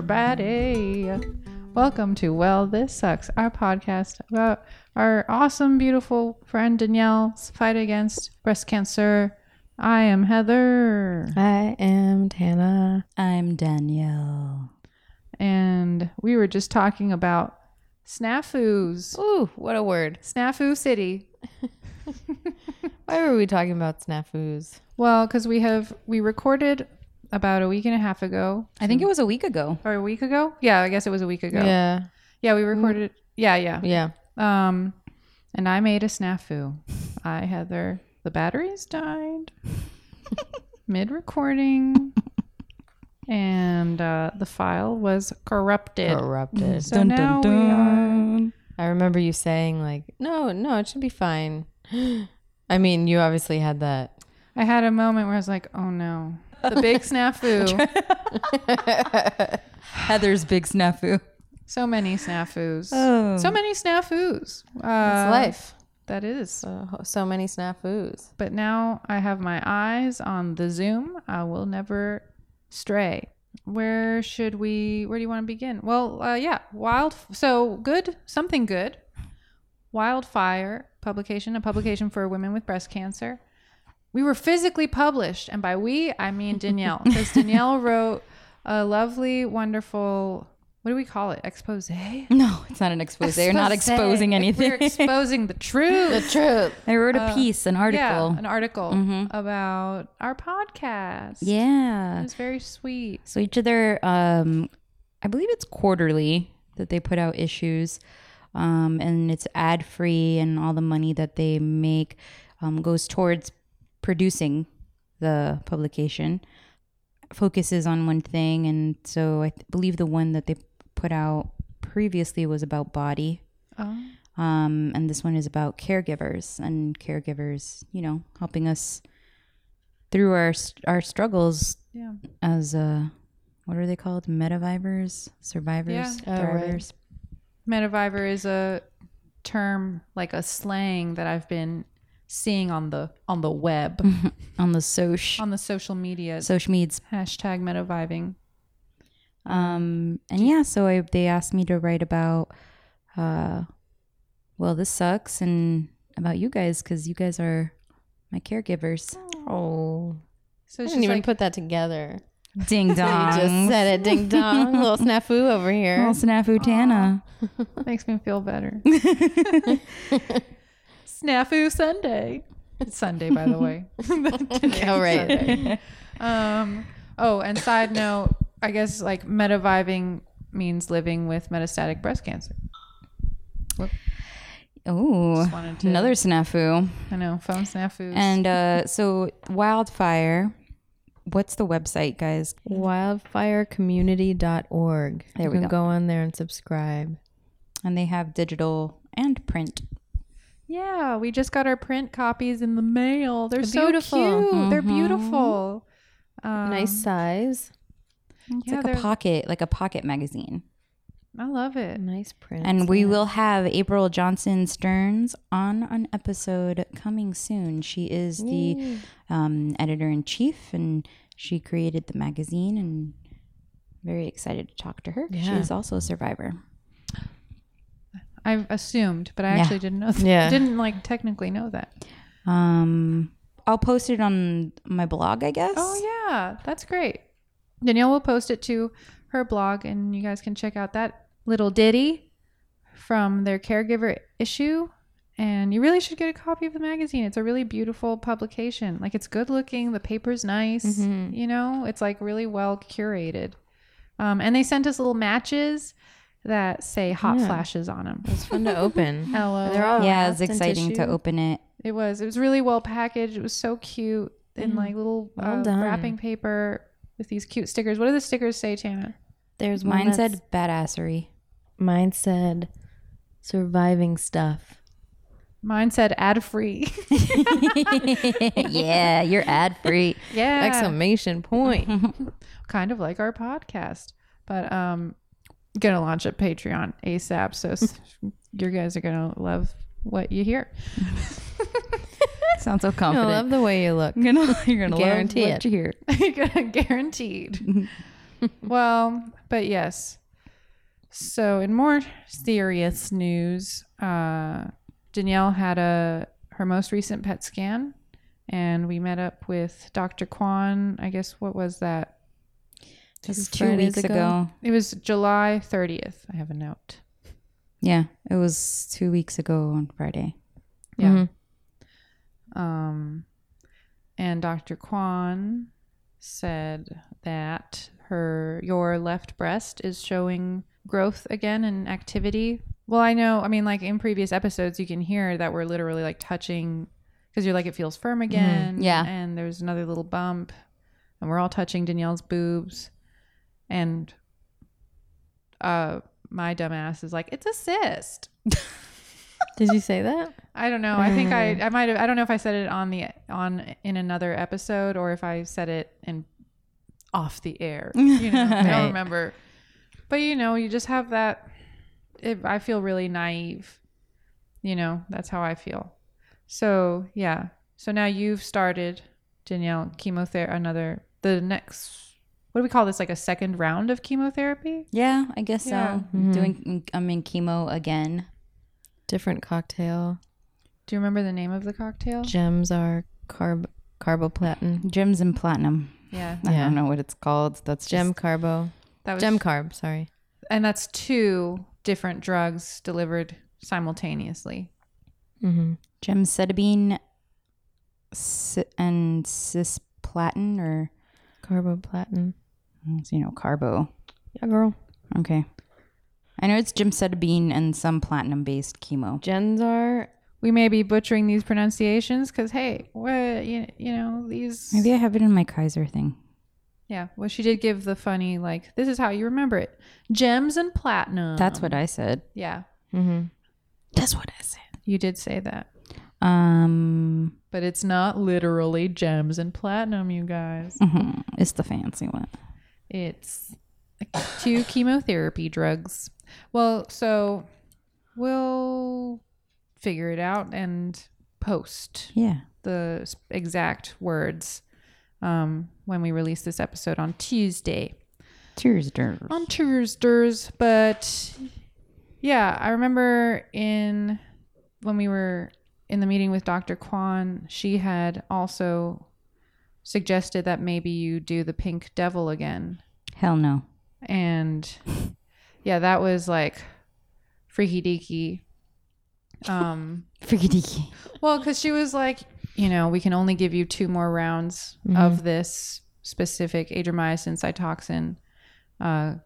everybody. Welcome to Well This Sucks, our podcast about our awesome, beautiful friend Danielle's fight against breast cancer. I am Heather, I am Tana. I'm Danielle. and we were just talking about snafus, Ooh, what a word. snafu city. Why were we talking about snafus? Well, because we have we recorded about a week and a half ago I think it was a week ago. or a week ago. Yeah, I guess it was a week ago. Yeah. yeah we recorded. Yeah, yeah. Yeah. Um, and I made a snafu. I, Heather, the batteries died mid recording, and uh, the file was corrupted. Corrupted. So now we are- I remember you saying, like, no, no, it should be fine. I mean, you obviously had that. I had a moment where I was like, oh no, the big snafu. Heather's big snafu. So many snafus. Oh. So many snafus. Uh, It's life. That is. So, so many snafus. But now I have my eyes on the Zoom. I will never stray. Where should we? Where do you want to begin? Well, uh, yeah, wild. So good, something good. Wildfire publication, a publication for women with breast cancer. We were physically published, and by we I mean Danielle, because Danielle wrote a lovely, wonderful. What do we call it? Expose. No, it's not an expose. They're not Expose. exposing anything. We're exposing the truth. The truth. I wrote a piece, an Yeah, article. an article Mm-hmm. about our podcast. Yeah. It was very sweet. So each of their, um, I believe it's quarterly that they put out issues, um, and it's ad free, and all the money that they make um, goes towards producing the publication. Focuses on one thing, and so I th- believe the one that they put out previously was about body Oh. um, and this one is about caregivers and caregivers, you know, helping us through our our struggles Yeah. as uh, what are they called? Metavivers, Yeah. survivors, Oh, right. thrivers. Metaviver is a term like a slang that I've been seeing on the on the web, Mm-hmm. on the soch on the social media. social meds. Hashtag metaviving. Um, and yeah, so I, they asked me to write about, uh, well, this sucks, and about you guys because you guys are my caregivers. Oh. So I it's didn't just even like put that together. Ding dong, You just said it. Ding dong. Little snafu over here. Little snafu Tana. makes me feel better. Snafu Sunday. It's Sunday, by the way. All right. Um, oh, and side note, I guess like metaviving means living with metastatic breast cancer. Oh, Just wanted to- another snafu. I know, phone snafus. And uh, so, wildfire. What's the website, guys? Wildfirecommunity.org. There you we can go. go on there and subscribe. And they have digital and print. yeah, we just got our print copies in the mail. They're, so beautiful. cute. They're Mhm. beautiful. Um, nice size. It's Yeah, like they're- a pocket, like a pocket magazine. I love it. Nice print. And we will have April Johnson Stearns on an episode coming soon. She is the um, editor in chief, and she created the magazine. And very excited to talk to her. 'cause She Yeah. is also a survivor. I assumed, but I Yeah. actually didn't know that. Yeah. Didn't like technically know that. Um, I'll post it on my blog, I guess. Oh yeah, that's great. Danielle will post it to her blog, and you guys can check out that little ditty from their caregiver issue. And you really should get a copy of the magazine. It's a really beautiful publication. Like it's good looking. The paper's nice. Mhm. You know, it's like really well curated. Um, and they sent us little matches that say hot Yeah. flashes on them. It's fun to open. Hello. They're all yeah, it's wrapped in exciting to tissue. open it. It was. It was really well packaged. It was so cute in like little Mm. Well uh, done. wrapping paper with these cute stickers. What do the stickers say, Tana? There's one Mine that's- said badassery. Mine said surviving stuff. Mine said ad free. yeah, you're ad free. yeah. Exclamation point. Kind of like our podcast, but um, gonna launch a Patreon ASAP. So s- you guys are gonna love what you hear. Sounds so I confident. love the way you look. I'm gonna, you're gonna Guarantee love what it. you hear. Guaranteed. well, but yes. So, in more serious news, uh, Danielle had a her most recent PET scan, and we met up with Dr. Kwan. I guess what was that? Just two Fridays weeks ago. ago. It was July 30th. I have a note. Yeah, it was two weeks ago on Friday. Yeah. Mhm. Um, and Dr. Kwan said that her your left breast is showing growth again and activity. Well, I know. I mean, like in previous episodes, you can hear that we're literally like touching because you're like it feels firm again. Yeah. and there's another little bump, and we're all touching Danielle's boobs, and uh, my dumbass is like, it's a cyst. Did you say that? I don't know. I think I I might have I don't know if I said it on the on in another episode or if I said it in off the air. You know, I Right. don't remember. But you know, you just have that it, I feel really naive. You know, that's how I feel. So, yeah. So now you've started Danielle chemotherapy another the next what do we call this like a second round of chemotherapy? Yeah, I guess Yeah. so. Doing I'm in chemo again. Different cocktail. Do you remember the name of the cocktail? Gems are carb carboplatin. Gems and platinum. Yeah. I Yeah. don't know what it's called. That's Gem gem. carbo. That was Gem carb, sorry. and that's two different drugs delivered simultaneously. Mm-hmm. gemcitabine si- and cisplatin, or mm, Carboplatin. you know, carbo. Yeah, girl. Okay. I know it's gemcitabine and some platinum-based chemo. Gens are We may be butchering these pronunciations because hey, what you, you know these? Maybe I have it in my Kaiser thing. Yeah. Well, she did give the funny like this is how you remember it: gems and platinum. That's what I said. Yeah, mm-hmm. That's what I said. you did say that, Um, but it's not literally gems and platinum, you guys. mhm, it's the fancy one. It's two chemotherapy drugs. Well, so we'll figure it out and post Yeah. the s- exact words um, when we release this episode on Tuesday. Cheers, Derv. On Tuesdays, but yeah, I remember in when we were in the meeting with Dr. Kwan, she had also suggested that maybe you do the pink devil again Hell no. and yeah, that was like freaky deaky. Um, Frigidiki. well, because she was like, you know, we can only give you two more rounds Mm-hmm. of this specific adriamycin cytoxin, uh,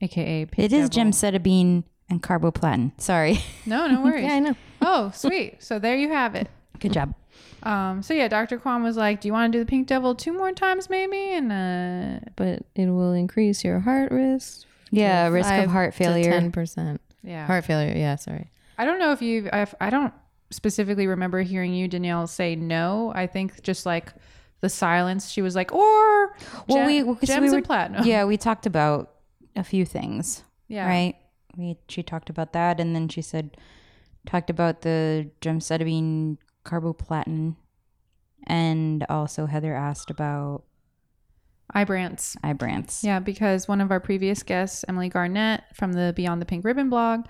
aka It is Devil. gemcitabine and carboplatin. Sorry. No, no worries. Yeah, I know. Oh, sweet. So there you have it. Good job. Um, so yeah, Dr. Kwan was like, "Do you want to do the Pink Devil two more times, maybe?" And uh, But it will increase your heart risk. Yeah, risk of heart failure. Ten percent. yeah, Heart failure, yeah, sorry. I don't know if you. If, I don't specifically remember hearing you, Danielle, say no. I think just like the silence. She was like, "Or Well, gem- we- well, 'cause gems we were- and platinum." Yeah, we talked about a few things, yeah, right? We she talked about that, and then she said talked about the gemcitabine carboplatin, and also Heather asked about Ibrance. Ibrance. Yeah, because one of our previous guests, Emily Garnett from the Beyond the Pink Ribbon blog,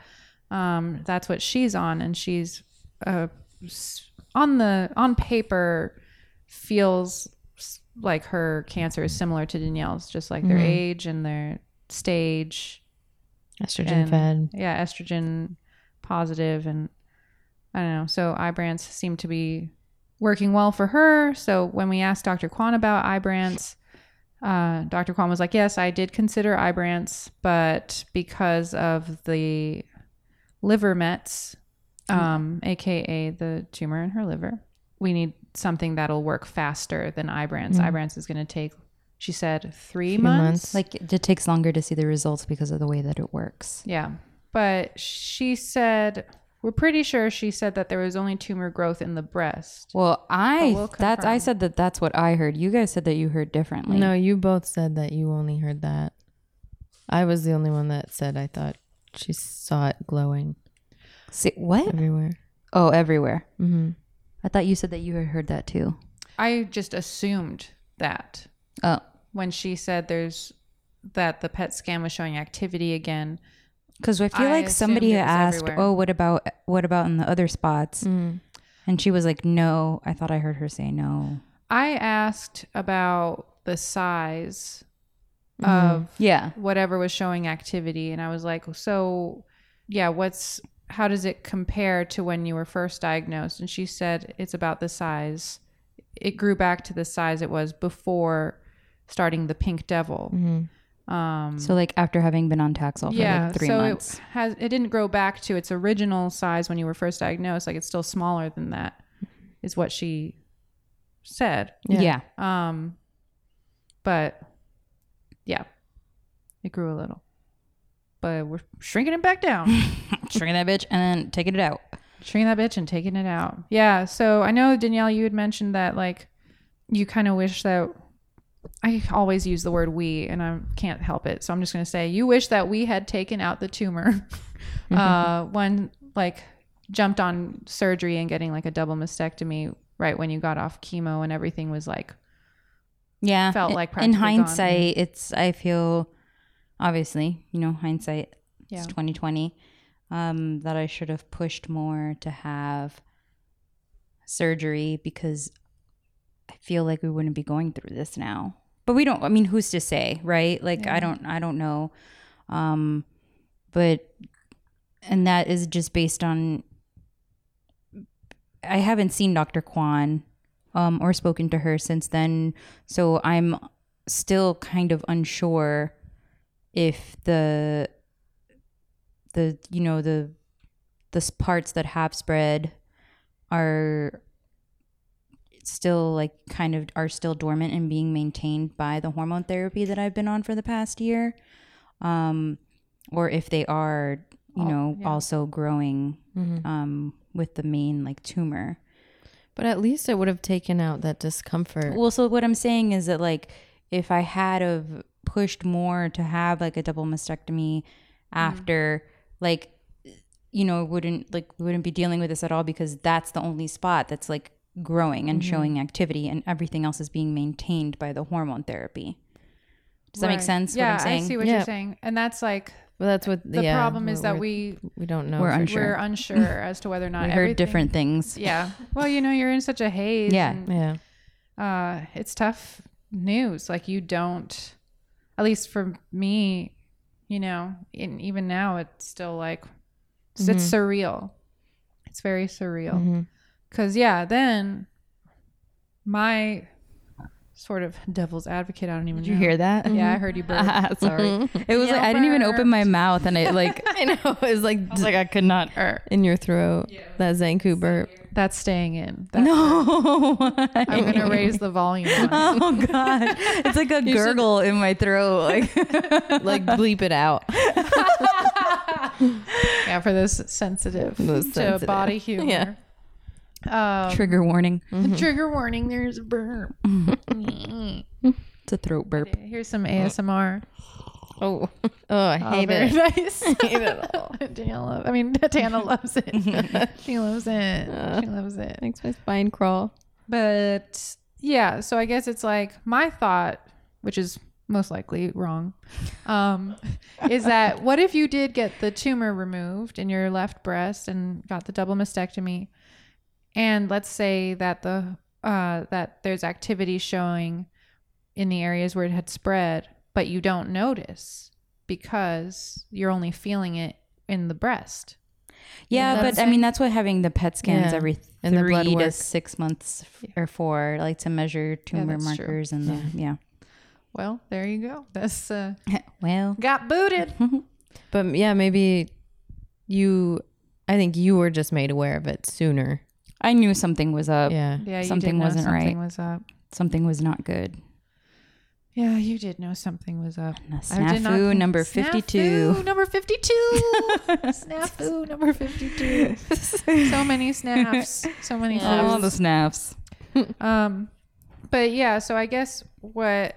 um, that's what she's on, and she's uh, s- on the on paper feels s- like her cancer is similar to Danielle's, just like their Mhm. age and their stage And- Estrogen fed. yeah, estrogen positive and I don't know. So Ibrance seemed to be working well for her. So when we asked Dr. Kwan about Ibrance, uh, Dr. Kwan was like, "Yes, I did consider Ibrance, but because of the liver mets, um, aka the tumor in her liver, we need something that'll work faster than Ibrance. Mm. Ibrance is going to take, she said, Mm-hmm. three Few months. months. Like it it takes longer to see the results because of the way that it works. Yeah. But she said, we're pretty sure she said that there was only tumor growth in the breast. Well, I But we'll that I confirm. said that that's what I heard. You guys said that you heard differently. No, you both said that you only heard that. I was the only one that said I thought she saw it glowing See, what? everywhere. Oh, everywhere. Mm-hmm. I thought you said that you had heard that too. I just assumed that Oh, when she said there's that the PET scan was showing activity again. Because I feel I like somebody assumed it was asked, everywhere. "Oh, what about what about in the other spots?" Mm. And she was like, "No." I thought I heard her say no. I asked about the size of Yeah. whatever was showing activity and i was like so yeah what's how does it compare to when you were first diagnosed and she said it's about the size it grew back to the size it was before starting the pink devil Mm-hmm. um So like after having been on Taxol for yeah like three so months. it has it didn't grow back to its original size when you were first diagnosed like it's still smaller than that is what she said Yeah. yeah. um but yeah it grew a little but we're shrinking it back down Shrinking that bitch and then taking it out. shrinking that bitch and taking it out. Yeah. So I know Danielle, you had mentioned that like you kind of wish that I always use the word we, and I can't help it. So I'm just gonna say you wish that we had taken out the tumor Mm-hmm. uh, when like jumped on surgery and getting like a double mastectomy right when you got off chemo and everything was like Yeah. Felt I- like in practically gone. hindsight, it's I feel obviously, you know, hindsight yeah it's 2020 um, that I should have pushed more to have surgery because I feel like we wouldn't be going through this now. But we don't. I mean, who's to say, right? Like Yeah. I don't. I don't know. Um, but and that is just based on. I haven't seen Dr. Kwan um, or spoken to her since then, so I'm still kind of unsure if the the you know the the s- parts that have spread are still like kind of are still dormant and being maintained by the hormone therapy that I've been on for the past year um or if they are you Al- know yeah. also growing Mm-hmm. um with the main like tumor But at least it would have taken out that discomfort. Well, so what I'm saying is that like if I had of pushed more to have like a double mastectomy Mm-hmm. after like you know wouldn't like wouldn't be dealing with this at all because that's the only spot that's like growing and showing activity and everything else is being maintained by the hormone therapy. Does that make Right. sense? yeah what I'm saying? I see what Yeah. you're saying and that's like Well, that's what the yeah, problem we- is that we're- we we don't know. we're for- unsure. we're unsure as to whether or not I everything- heard different things. yeah well you know you're in such a haze Yeah. and- Yeah. uh, it's tough news. Like you don't, at least for me, you know, and even now it's still like it's, Mm-hmm. it's surreal. It's very surreal. Mhm. Because yeah, then my sort of devil's advocate. I don't even. Did you know. hear that? Mm-hmm. Yeah, Mm-hmm. I heard you burp. Sorry. It was like I didn't even open my mouth and I like I know. It's like I was like I could not Er, in your throat. That Zanku burp. That's staying in. That- No. I'm gonna raise the volume. on it. Oh god, it's like a gurgle in my throat. Like, Like bleep it out. Yeah, for those sensitive Those to sensitive. body humor. Yeah. Um, trigger warning. Trigger warning. There's a burp. It's a throat burp. Yeah, Here's some ASMR. Oh. Oh, I Oh, hate very it. nice. Danielle, lo- I mean, Tana loves it. she loves it. Uh. She loves it. Makes my spine crawl. But yeah, so I guess it's like my thought, which is most likely wrong, um, is that what if you did get the tumor removed in your left breast and got the double mastectomy, and let's say that the uh, that there's activity showing in the areas where it had spread, but you don't notice because you're only feeling it in the breast. Yeah, That's but I mean that's what having the PET scans Yeah. every And the three blood to work. six months f- or four, like to measure tumor that's true. markers and the yeah. Well, there you go. That's uh, Well, got booted. But yeah, maybe you I think you were just made aware of it sooner. I knew something was up. Yeah. Yeah, you Something did know wasn't something right. was up. Something was not good. Yeah, you did know something was up. And the I did not snafu think- number fifty-two. Snafu number fifty-two. snafu number fifty-two. So many snaps. So many All the snaps. snaps. Um, but yeah, so I guess what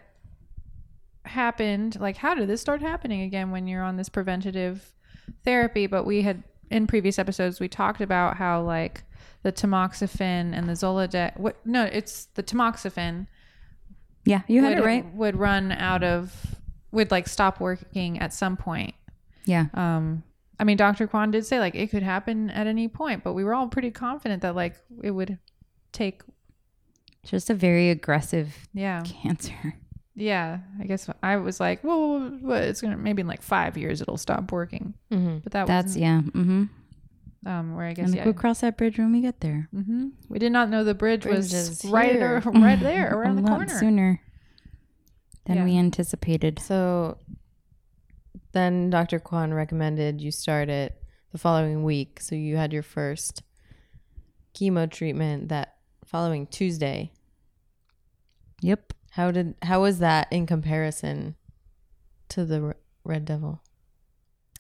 happened, like, how did this start happening again when you're on this preventative therapy? But we had in previous episodes we talked about how like the tamoxifen and the Zolodex. What? No, it's the tamoxifen Yeah, you had would, it right. would run out of would like stop working at some point. Yeah. Um, I mean, Dr. Kwan did say like it could happen at any point, but we were all pretty confident that like it would take. Just a very aggressive Yeah, cancer. yeah. I guess I was like, well, what- it's gonna maybe in like five years it'll stop working, Mm-hmm. but that That's was yeah. Mm-hmm. um where I guess And yeah. we'll cross that bridge when we get there. hmm We did not know the bridge, Bridge was is right here. ar- right there around a the lot corner. sooner than Yeah. we anticipated. So then Dr. Kwan recommended you start it the following week. So you had your first chemo treatment that following Tuesday. Yep. How did how was that in comparison to the Re- Red Devil?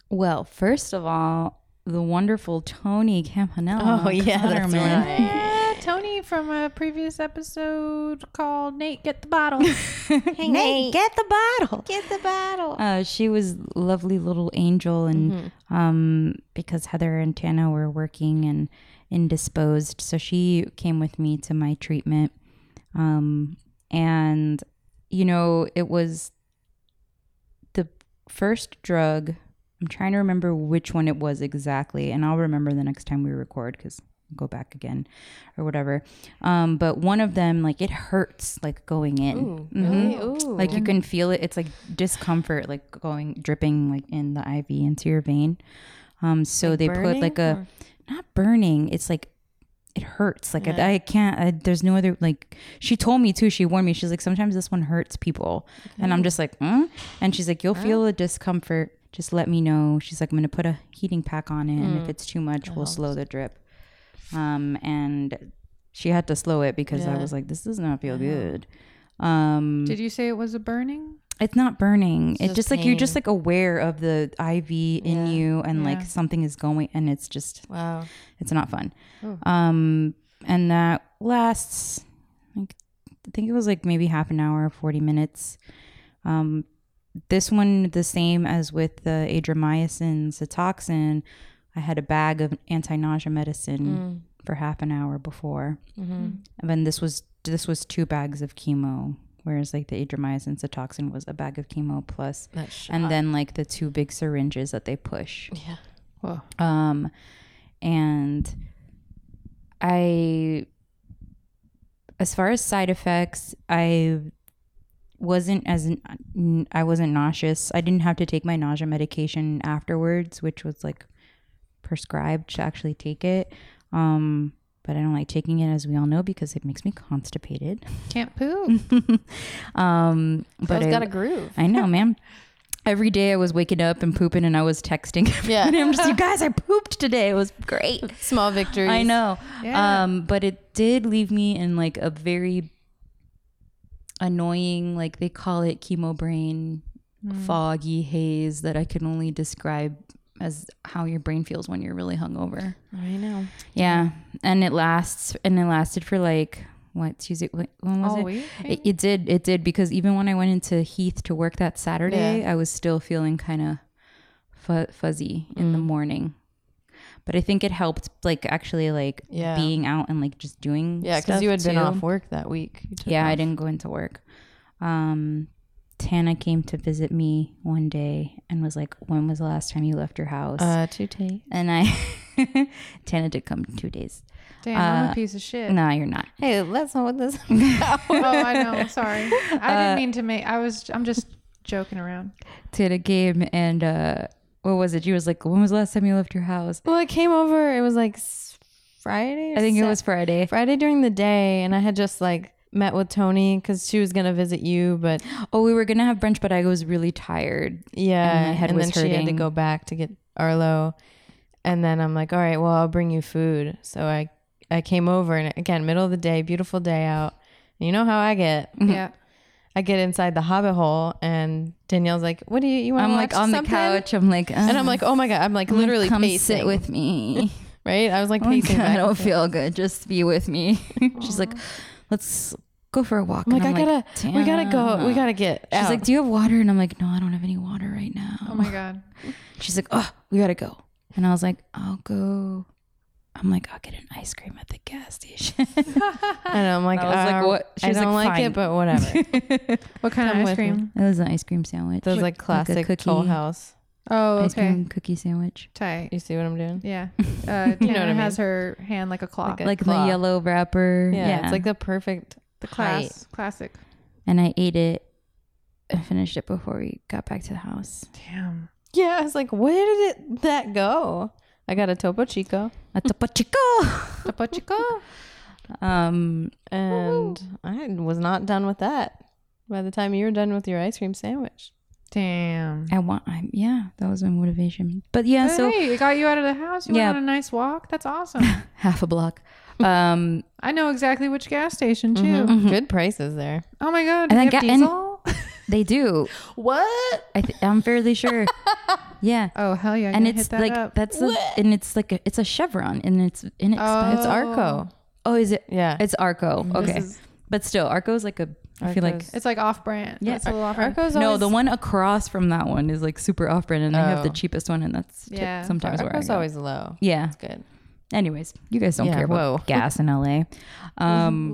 Well, first of all, the wonderful Tony Campanella. Oh, yeah, that's Cotterman. right. Yeah, Tony from a previous episode called Nate, get the bottle. Hey, Nate, get the bottle. get the battle. Uh, she was lovely little angel, and um, because Heather and Tana were working and indisposed, so she came with me to my treatment. Um, and you know, it was the first drug. I'm trying to remember which one it was exactly, and I'll remember the next time we record because go back again or whatever. Um, but one of them, like, it hurts like going in. Ooh, Mhm really? Ooh. like you can feel it it's like discomfort like going dripping like in the iv into your vein um so they put like a not burning it's like it hurts like I, I can't I, there's no other like she told me too she warned me she's like sometimes this one hurts people and i'm just like huh? and she's like you'll feel the discomfort just let me know she's like i'm gonna put a heating pack on it and if it's too much we'll slow the drip um and she had to slow it because i Yeah. was like this does not feel good um Did you say it was a burning? it's not burning. It's, It's just, just like you're just pain. like aware of the IV in Yeah. you and like Yeah. something is going and it's just wow. it's not fun. Oh. Um and that lasts like I think it was like maybe half an hour, 40 minutes. Um this one the same as with the adriamycin, Cytoxin, I had a bag of anti-nausea medicine Mm. for half an hour before. Mhm. And then this was this was two bags of chemo, whereas like the adriamycin cytoxin was a bag of chemo plus, That shot. and then like the two big syringes that they push. yeah. Whoa. Um, and I, as far as side effects, I wasn't as I wasn't nauseous. I didn't have to take my nausea medication afterwards, which was like prescribed to actually take it. Um, but I don't like taking it, as we all know, because it makes me constipated. Can't poo. um, but I, got a groove. I know, man. Every day I was waking up and pooping, and I was texting. Yeah. and I'm just, you guys, I pooped today. It was great. Small victories. I know. Yeah. Um, but it did leave me in like a very annoying, like they call it chemo brain, Hmm. foggy haze that I can only describe as how your brain feels when you're really hungover. I know. Yeah, and it lasts, and it lasted for like what Tuesday? What, when was All it? week. It, it did. It did because even when I went into Heath to work that Saturday, I was still feeling kind of fu- fuzzy in the Hmm. morning. But I think it helped, like actually, like Yeah. being out and like just doing. Yeah, because stuff, you had been too. off work that week. You took Yeah, I off. didn't go into work. Um, Tana came to visit me one day and was like, "When was the last time you left your house?" Uh, two days. and I, Tana did come two days. Damn, I'm uh, a piece of shit. No, you're not. Hey, that's not what this. oh, I know. Sorry. I Uh, didn't mean to make. I was. I'm just joking around. Did a game and uh, what was it? She was like, "When was the last time you left your house?" well, it came over. It was like s- Friday. or I think it Sat- was Friday. Friday during the day, and I had just like met with Tony because she was gonna visit you, but Oh, we were gonna have brunch, but I was really tired. yeah, And my head was then she had to hurting. go back to get Arlo, and then I'm like, all right, well, I'll bring you food. So I I came over, and again, middle of the day, beautiful day out. And you know how I get. Mm-hmm. Yeah. I get inside the hobbit hole, and Danielle's like, "What do you? You want I'm to like on something? the couch. I'm like, "Um, And I'm like, oh my god! I'm like literally come pacing sit with me. right. I was like Oh my pacing. God, I back don't and forth. feel good. Just be with me. She's like, let's go for a walk. I'm like, And I gotta, we gotta go. We "Damn." gotta get. She's out. like, do you have water? And I'm like, no, I don't have any water right now. Oh my god. She's like, oh, we gotta go. And I was like, I'll go. I'm like, I'll get an ice cream at the gas station. And I'm like, I was like, "Uh, what?" I She's don't like, like, it, "Fine." but whatever. What kind Come of ice with me. cream? It was an ice cream sandwich. Those like classic cookie. Toll House. Oh, ice okay. cream cookie sandwich. Tight. You see what I'm doing? Yeah. Uh, Tana You know what I has her hand like a clock. Like a- Like claw. the yellow wrapper. Yeah, it's like the perfect. the class. Classic. and I ate it and finished it before we got back to the house. Damn. Yeah, I was like, where did it that go? I got a Topo Chico, A topo chico. Topo Chico. Um, and I was not done with that. By the time you were done with your ice cream sandwich, Damn. I want. I, yeah, that was my motivation. But yeah, Hey, so hey, it got you out of the house. You Yeah. went on a nice walk. That's awesome. half a block. Um, I know exactly which gas station Mm-hmm, too. good prices there. Oh my god! And do I they have got- and- diesel? they do. What? I th- I'm fairly sure. Yeah. oh hell yeah! gotta and hit it's that like up. that's the and it's like a, it's a chevron and it's inexpensive. It's Arco. Oh, is it? Yeah, It's Arco. This Okay, is- but still, Arco's like a. I feel like Arco's- it's like off brand. Yeah. it's a little off brand. Arco's no, always, the one across from that one is like super off brand, and they have the Oh. cheapest one, and that's t- Yeah. sometimes where I Arco's go. always low. yeah. It's good. Anyways, you guys don't Yeah, care about whoa. gas in LA. Um,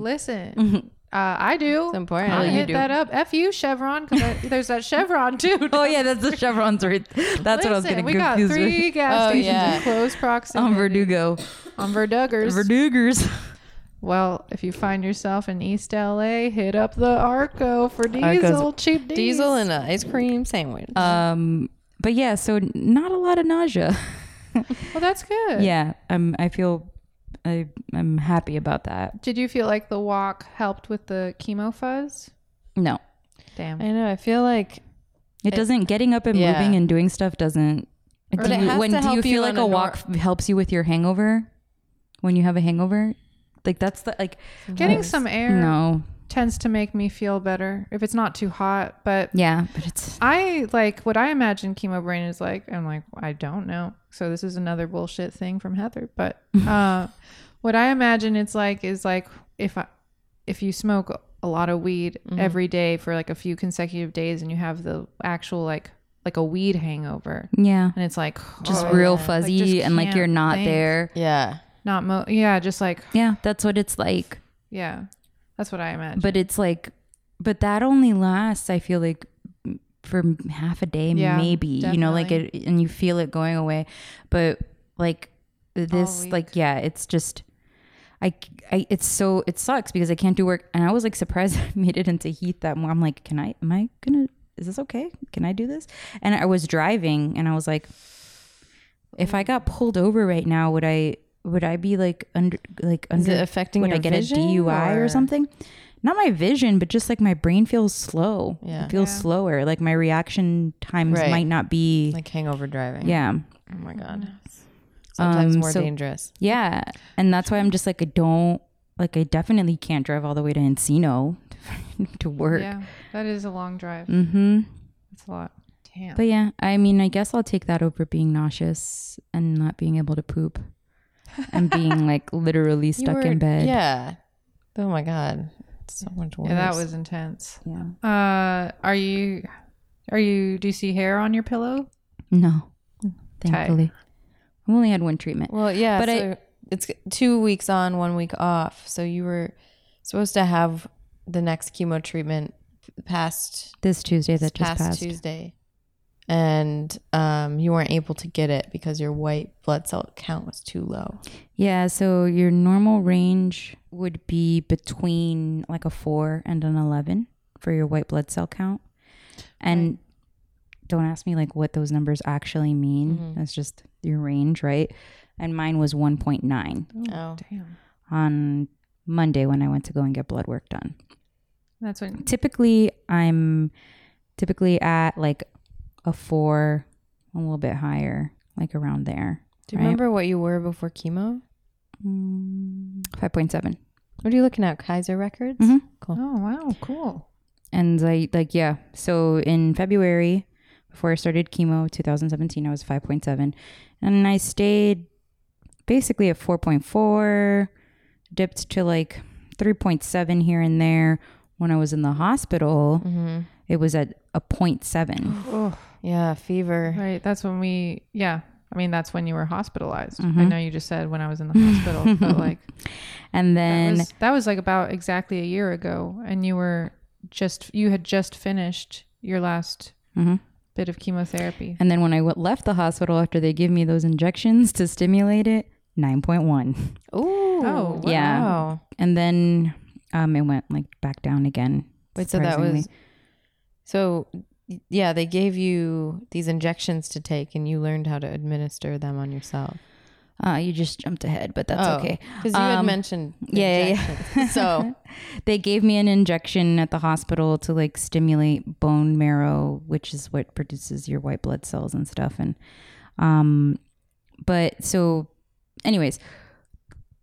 Listen, uh, I do. It's important. I Oh, you hit do. that up. F you, Chevron, because there's that Chevron too. oh yeah, that's the chevrons right. That's what I was Listen, getting We got confused three with. gas Oh, stations yeah. in close proximity. On Verdugo, On Verduggers. Verdugers. well, if you find yourself in East LA, hit up the Arco for diesel, cheap diesel. Diesel and an ice cream sandwich. Um, but yeah, so not a lot of nausea. well, that's good. yeah, um, I feel I I'm happy about that. Did you feel like the walk helped with the chemo fuzz? No, Damn. I know. I feel like it doesn't. Getting up and Yeah. moving and doing stuff doesn't. Or do it you, has when to do you help feel you like on a a nor- walk f- helps you with your hangover? When you have a hangover, like that's the like Getting some air no, tends to make me feel better if it's not too hot. But yeah, but it's I like what I imagine chemo brain is like. I'm like, I don't know. So this is another bullshit thing from Heather. But uh, what I imagine it's like is like if I, if you smoke a lot of weed Mm-hmm. every day for like a few consecutive days and you have the actual like like a weed hangover yeah, and it's like just oh, real Like, fuzzy just and like can't you're not think. there. yeah. "Oh, not mo yeah just like Yeah, that's what it's like. yeah that's what I imagine. But it's like, but that only lasts. I feel like for half a day, Yeah, maybe you know, like it, and you feel it going away. But like this, week. like yeah, it's just. I, c- I- it's so it sucks because I can't do work and I was like surprised I made it into heat that more I'm like can I am I gonna is this okay can I do this and I was driving and I was like if I got pulled over right now would I would I be like under like Is under it affecting would your I get vision a DUI or? something? Not my vision, but just like my brain feels slow. Yeah. It feels Yeah. slower. Like my reaction times Right. might not be Like hangover driving. Yeah. Oh my god. Sometimes Um, more so- dangerous. Yeah. And that's why I'm just like I don't like I definitely can't drive all the way to Encino to work. yeah, that is a long drive. Mm-hmm. That's a lot. Damn. But yeah, I mean I guess I'll take that over being nauseous and not being able to poop. And being like literally You stuck were- in bed. Yeah. Oh my god. It's so much worse. yeah, that was intense. yeah. Uh, are you, are you? Do you see hair on your pillow? No. Thankfully. I've only had one treatment. Well, yeah, But but I- it's two weeks on, one week off. So you were supposed to have the next chemo treatment past This Tuesday that just past, passed. Tuesday, and um, you weren't able to get it because your white blood cell count was too low. Yeah, so your normal range would be between like a 4 and an 11 for your white blood cell count. And don't ask me like what those numbers actually mean. That's just your range, right? And mine was 1.9 Oh, Damn. on Monday when I went to go and get blood work done. That's when. Typically, I'm typically at like a 4, a little bit higher, like around there. do you Right. remember what you were before chemo? Mm, 5.7. What are you looking at? Kaiser Records. Mhm. Cool. Oh wow, cool. and I like yeah. So in February, before I started chemo, 2017, I was 5.7, and I stayed basically at 4.4, dipped to like 3.7 here and there. When I was in the hospital, hmm it was at a 0.7. Oh, Yeah, fever. right. That's when we. Yeah, I mean, that's when you were hospitalized. I Mm-hmm. Mhm. know you just said when I was in the hospital, but like And that then was, that was like about exactly a year ago, and you were just you had just finished your last Mm-hmm. Mhm. bit of chemotherapy. and then when I w- left the hospital after they gave me those injections to stimulate it, 9.1. Ooh. Oh, Yeah. Wow. And then um it went like back down again. Wait, so that was surprisingly. so y- yeah, they gave you these injections to take and you learned how to administer them on yourself. uh you just jumped ahead, but that's Oh, okay. Because you had Um, mentioned the yeah, yeah, injections. so they gave me an injection at the hospital to like stimulate bone marrow, which is what produces your white blood cells and stuff. And um, but so, anyways,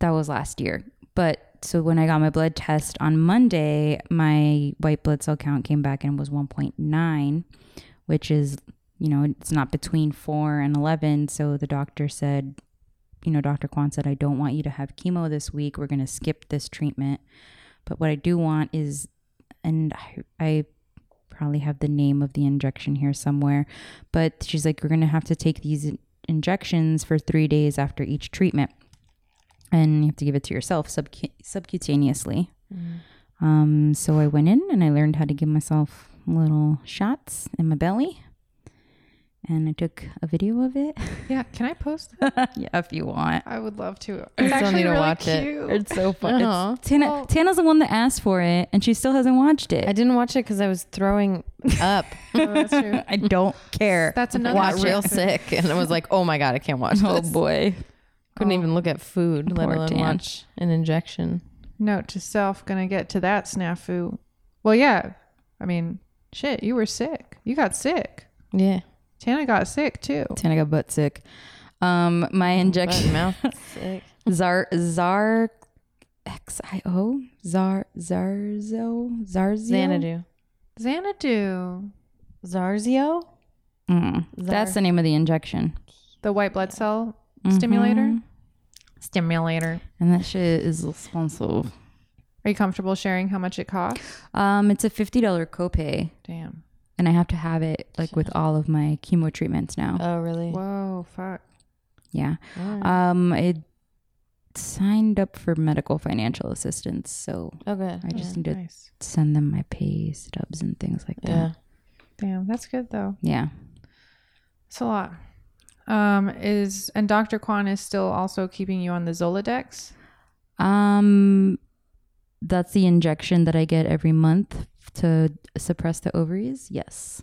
that was last year. But so when I got my blood test on Monday, my white blood cell count came back and was 1.9, which is you know it's not between four and 11. So the doctor said. You know, Dr. Kwan said, I don't want you to have chemo this week. We're going to skip this treatment but what I do want is, and I, I probably have the name of the injection here somewhere, but she's like, we're going to have to take these in- injections for three days after each treatment. And you have to give it to yourself subcu- subcutaneously. Mm. Um, so I went in and I learned how to give myself little shots in my belly. And I took a video of it. Yeah, can I post? That? yeah, if you want. I would love to. It's still actually need to really watch it. cute. It's so fun. Aw. Tana, Well- Tana's the one that asked for it, and she still hasn't watched it. I didn't watch it because I was throwing up. Oh, that's true. I don't care. That's another got trick. real sick, and I was like, "Oh my god, I can't watch oh this." boy. Couldn't Oh. even look at food, let Poor alone Dan. watch an injection. Note to self, gonna get to that snafu. Well, yeah. I mean, shit, you were sick. You got sick. Yeah, Tana got sick too. Tana got butt sick. Um, my Oh, but injection mouth sick. Zar Zar X I O Zar Zarzo Zarzio. Xanadu, Xanadu, Zarzio. Zar- Mm. That's the name of the injection. the white blood cell Mhm. stimulator. Stimulator. And that shit is expensive. Are you comfortable sharing how much it costs? Um, it's a fifty dollar copay, Damn. and I have to have it like with all of my chemo treatments now. Oh really? Whoa, fuck. yeah. Mm. Alright. Um, I signed up for medical financial assistance, so oh good. I just need to Nice. send them my pay stubs and things like yeah. that. Damn, that's good though. Yeah. It's a lot. Um, is and Dr. Kwan is still also keeping you on the Zoladex. Um that's the injection that I get every month to suppress the ovaries. Yes.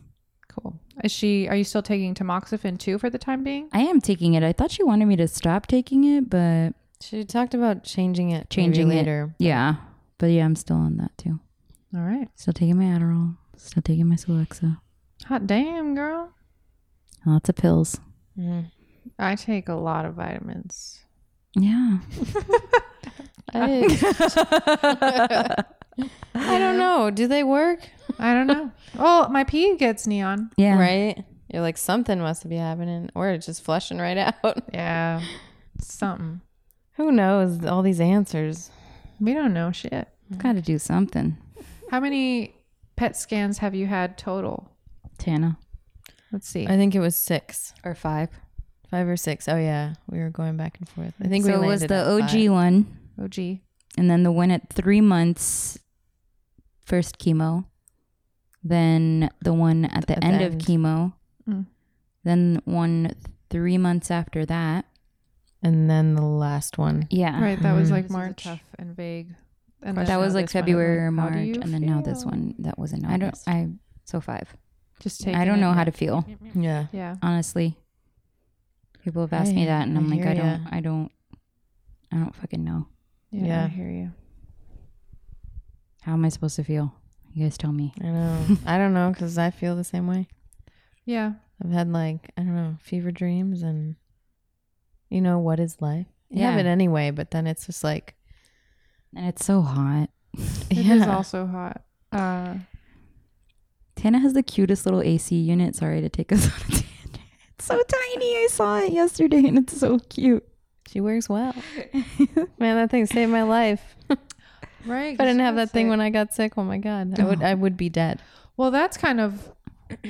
Cool. Is she? Are you still taking tamoxifen too for the time being? I am taking it. I thought she wanted me to stop taking it, but She talked about changing it. Changing it. maybe later. yeah. But yeah, I'm still on that too. All right. Still taking my Adderall, still taking my Celexa. Hot damn, girl. Lots of pills. Mhm. I take a lot of vitamins. Yeah. I, I don't know. Do they work? I don't know. oh, my pee gets neon. Yeah. Right? You're like something must be happening, or it's just flushing right out. Yeah. Something. Who knows? All these answers. We don't know shit. Got to do something. How many PET scans have you had total? Tana Let's see. I think it was six, or 5. five or six. Oh yeah, we were going back and forth. I think we So it landed was the at OG five. one. Oh, gee. and then the one at three months first chemo then the one at the, At the end, end. of chemo Mm. then one three months after that and then the last one. yeah Right. That was Mhm. like This is a March. tough and vague. And that then was now like this one. february or How march do you and then now this feel? one that was in I don't- august i don't i so five Just take. i don't know how to feel Yeah. Yeah. honestly people have asked I- me that and I i'm like i hear don't ya. i don't i don't fucking know Yeah. I Yeah. hear you. how am i supposed to feel you guys tell me I know. I don't know because I feel the same way. Yeah. I've had like I don't know fever dreams and you know what is life. You Yeah. have it anyway, but then it's just like and it's so hot It is yeah. also hot. Uh, Tana has the cutest little AC unit. Sorry to take us on a tangent. It's so tiny. I saw it yesterday and it's so cute. she wears well. Man, that thing saved my life. right. If I didn't have that thing when I got sick, oh my god, I would I would be dead. Well, that's kind of.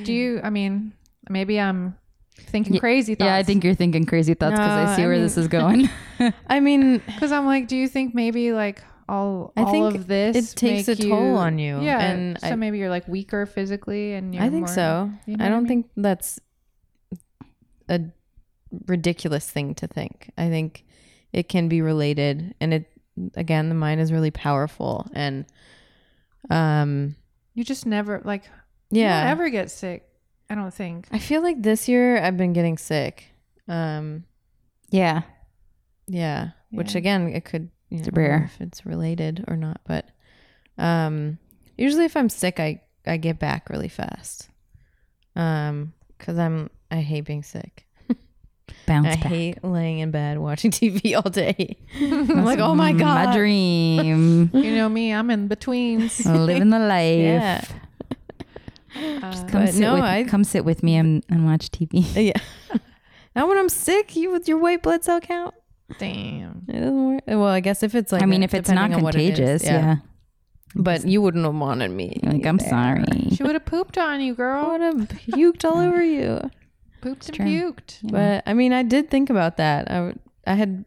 Do you? I mean, maybe I'm Thinking Ye- crazy thoughts. Yeah, I think you're thinking crazy thoughts because No, I see I where mean- this is going. I mean, because I'm like, do you think maybe like all I all think of this it takes make a toll on you, Yeah, and so I- maybe you're like weaker physically, and you're I think more- so. you know I what I don't mean? think that's a ridiculous thing to think. I think it can be related, and it again, the mind is really powerful, and um, You just never like yeah yeah, ever get sick. I don't think. I feel like this year I've been getting sick. Um, yeah. yeah, which Yeah. again, it could you know, I don't know rare. if it's related or not, but um, usually if I'm sick, I I get back really fast. Um, because I'm I hate being sick. Bounce I back. hate laying in bed watching TV all day. I'm That's like, oh my god, My dream. You know me, I'm in betweens. Living the life. Yeah. Uh, Come But sit no, with I- come sit with me and, and watch TV. Yeah. Now when I'm sick, you with your white blood cell count, damn. it doesn't work. Well, I guess if it's like, I mean, a- if it's depending not on what it is, contagious, yeah. But you wouldn't have wanted me. Like I'm either. sorry. She would have pooped on you, I girl. would have puked all over you. Pooped and true. puked. But I mean, I did think about that. I would- I had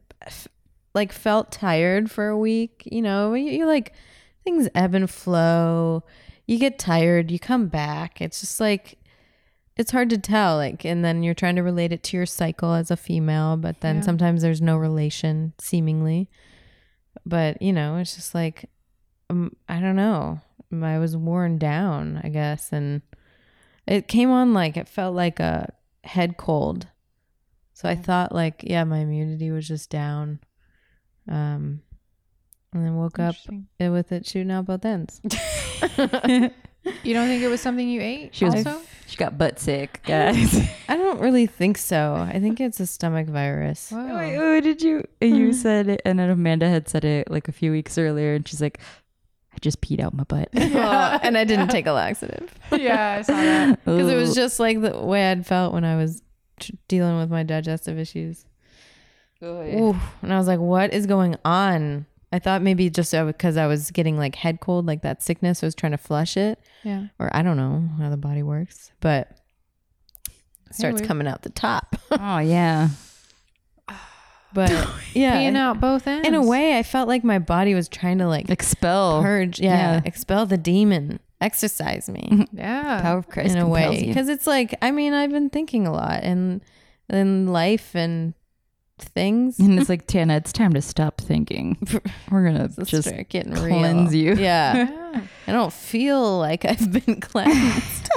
like felt tired for a week. You know, you, you like things ebb and flow. You get tired, you come back. It's just like it's hard to tell. Like, and then you're trying to relate it to your cycle as a female, but then Yeah. sometimes there's no relation, seemingly. But you know, it's just like um, I don't know. I was worn down, I guess, and it came on like it felt like a head cold. So I thought like, yeah, my immunity was just down. Um and then woke up Interesting. it- with it shooting out both ends. You don't think it was something you ate? She was- also? She got butt sick, guys. I don't really think so. I think it's a stomach virus. Whoa. Wait, what did you you said it and then Amanda had said it like a few weeks earlier and she's like, I just peed out my butt. Well, and I didn't take a laxative yeah, I saw that. because it Ooh. was just like the way I'd felt when I was tr- dealing with my digestive issues. Ooh, and I was like, what is going on? I thought maybe just because I was getting like head cold, like that sickness was trying to flush it, Yeah. or I don't know how the body works, but it starts we- coming out the top. Oh yeah. But yeah, Peeing out both ends. in a way, I felt like my body was trying to like Expel. purge, yeah, yeah. expel the demon, exercise me Yeah. Power of Christ in a compels way, you. because it's like I mean, I've been thinking a lot and in life and things. And it's like Tana, it's time to stop thinking. We're gonna Let's just start getting cleanse real. you. Yeah. Yeah. I don't feel like I've been cleansed.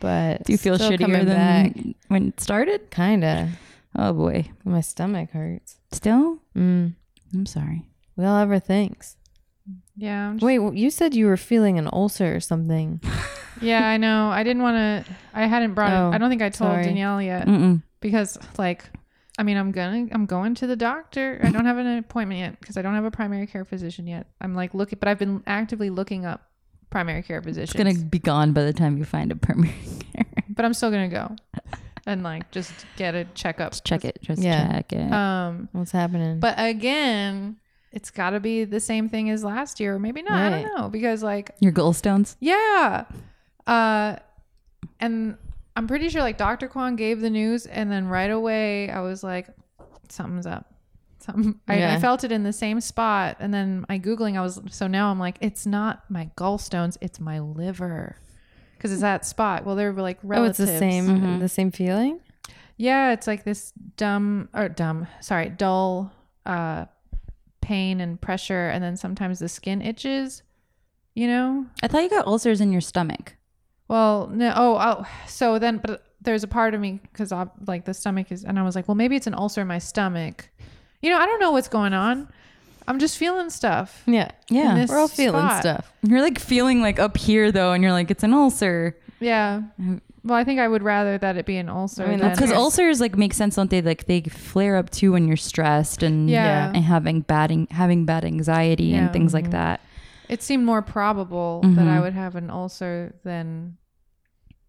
but do you feel still shittier coming than back. when it started? Kinda. Oh boy. My stomach hurts. Still? Mm. I'm sorry. We all ever thinks. Yeah. I'm just- Wait, well, you said you were feeling an ulcer or something. Yeah, I know. I didn't want to. I hadn't brought Oh, it. I don't think I told sorry. Mm. Danielle yet Mm-mm. because, like, I mean, I'm gonna, I'm going to the doctor. I don't have an appointment yet because I don't have a primary care physician yet. I'm like looking, but I've been actively looking up primary care physicians. It's gonna be gone by the time you find a primary care. but I'm still gonna go and like just get a checkup. Just check it. Just Yeah. check it. Um, What's happening? but again, it's got to be the same thing as last year, or maybe not. I Right. don't know because like Your gallstones. Yeah. Uh, and I'm pretty sure like Dr. Kwan gave the news, and then right away I was like, something's up. Something. I, Yeah. I felt it in the same spot, and then I googling. I was so now I'm like, it's not my gallstones, it's my liver, because it's that spot. Well, they're like oh, relatives. it's the same the same feeling? Yeah, it's like this dumb or dumb. Sorry, dull. Uh, pain and pressure, and then sometimes the skin itches. You know, I thought you got ulcers in your stomach. Well, no. Oh, oh. So then, but there's a part of me because I like the stomach is, and I was like, well, maybe it's an ulcer in my stomach. You know, I don't know what's going on. I'm just feeling stuff. Yeah. In Yeah. this We're all feeling spot. stuff. You're like feeling like up here though, and you're like, it's an ulcer. Yeah. Well, I think I would rather that it be an ulcer. Mm-hmm. I mean, than- that's Because Yes. ulcers like make sense, don't they? Like they flare up too when you're stressed and Yeah. and having bad an- having bad anxiety Yeah. and things like that. it seemed more probable that Mm-hmm. I would have an ulcer than.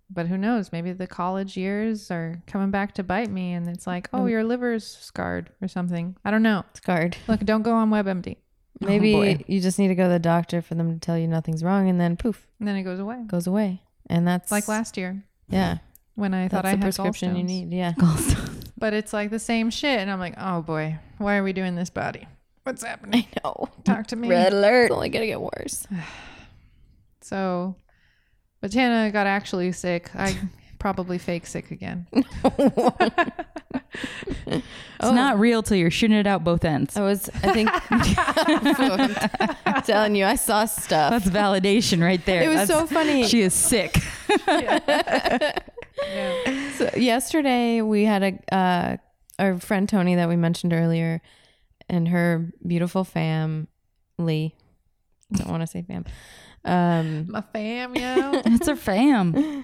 But who knows? Maybe the college years are coming back to bite me, and it's like, Mm. oh, your liver's scarred or something. I don't know. Scarred. Look, don't go on WebMD, Maybe boy. you just need to go to the doctor for them to tell you nothing's wrong and then poof, and then it goes away, goes away. And that's like last year. Yeah. when I thought That's I the had prescription you gallstones. need. Yeah. Gallstones. But it's like the same shit, and I'm like, oh boy, why are we doing this, body? What's happening? No. Talk to me. alert. It's only gonna get worse. So, but Tana got actually sick. I probably fake sick again. It's not real till you're shooting it out both ends. Oh, I was I think I'm telling you, I saw stuff. That's validation right there. it was That's- so funny. She is sick. So yesterday we had a uh, our friend Tony that we mentioned earlier, and her beautiful family. Don't want to say fam. Um, My fam, yo. It's a fam.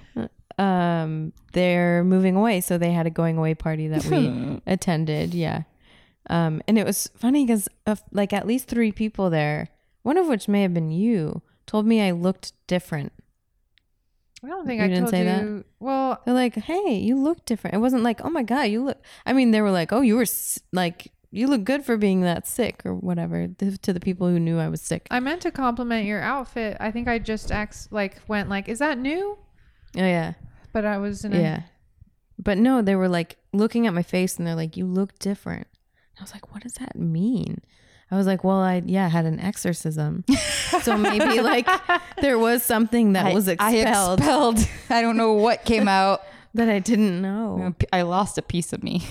um, they're moving away, so they had a going away party that we attended. Yeah, um, and it was funny because like at least three people there, one of which may have been you, told me I looked different. I don't think You I didn't told say that? you. Well, They're like, "Hey, you look different." It wasn't like, "Oh my god, you look." I mean, they were like, "Oh, you were s- like, you look good for being that sick or whatever." th- To the people who knew I was sick, I meant to compliment your outfit. I think I just ex- like went like, is that new? oh yeah, But I was in a, yeah. But no, they were like looking at my face and they're like, "You look different." I was like, "What does that mean?" I was like, "Well, I yeah had an exorcism, so maybe like there was something that was expelled I expelled. I don't know what came out. that I didn't know." I lost a piece of me.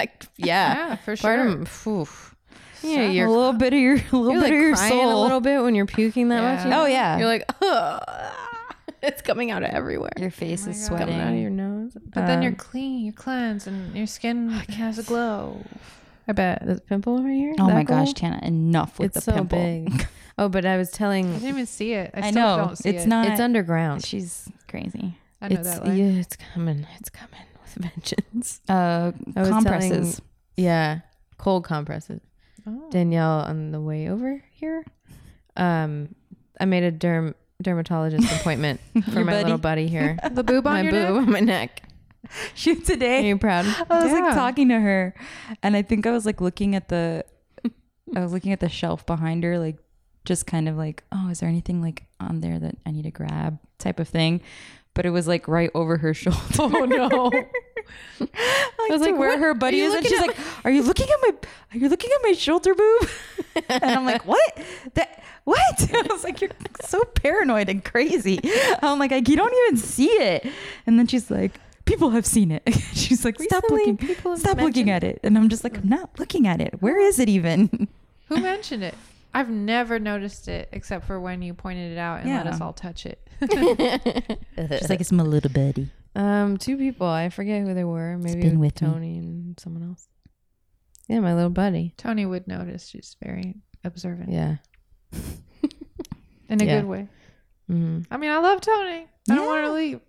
Like, yeah, yeah, for sure. part of oof. yeah, a you're little bit of your, a You're little bit like of your crying a soul. little bit when you're puking that much. Yeah. you know? Oh, yeah. You're like, "Ugh." it's coming out of everywhere. your face my is God. coming sweating. out of your nose. But then Um, you're clean, you're cleansed, and your skin has a glow. I bet. this pimple over here. oh that my gosh, gold? Tana! Enough Um, with it's so the pimple. big. Oh, but I was I telling, didn't even see it. I, I still know don't see it's it. not. it's underground. she's crazy. I know it's that. line. yeah, it's coming. It's coming with a vengeance. Uh, I was compresses. Yeah, cold compresses. Oh. Danielle on the way over here. Um, I made a derm dermatologist appointment for Your my little buddy buddy? here. Oh. The boob on my your boob neck? on my neck. She Are today. you proud? I was Yeah. like talking to her, and I think I was like looking at the, I was looking at the shelf behind her, like just kind of like, oh, is there anything like on there that I need to grab, type of thing. But it was like right over her shoulder. Oh no! like, was to like, where "What her are buddy you is, and looking she's like, "Are you looking at my? Are you looking at my shoulder boob?" and I'm like, "What? That what?" I was like, "You're so paranoid and crazy." I'm like, I, "You don't even see it." And then she's like, "People have seen it." she's like, "Stop Recently, looking! people have Stop looking at it!" And I'm just like, "I'm not looking at it. Where is it even?" Who mentioned it? I've never noticed it except for when you pointed it out and let Yeah. us all touch it. She's like, "It's my little buddy." Um, two people. I forget who they were. Maybe been it was with me. Tony and someone else. Yeah, my little buddy. Tony would notice. She's very observant Yeah. in a Yeah. good way. Mm-hmm. I mean, I love Tony. I don't want her to leave.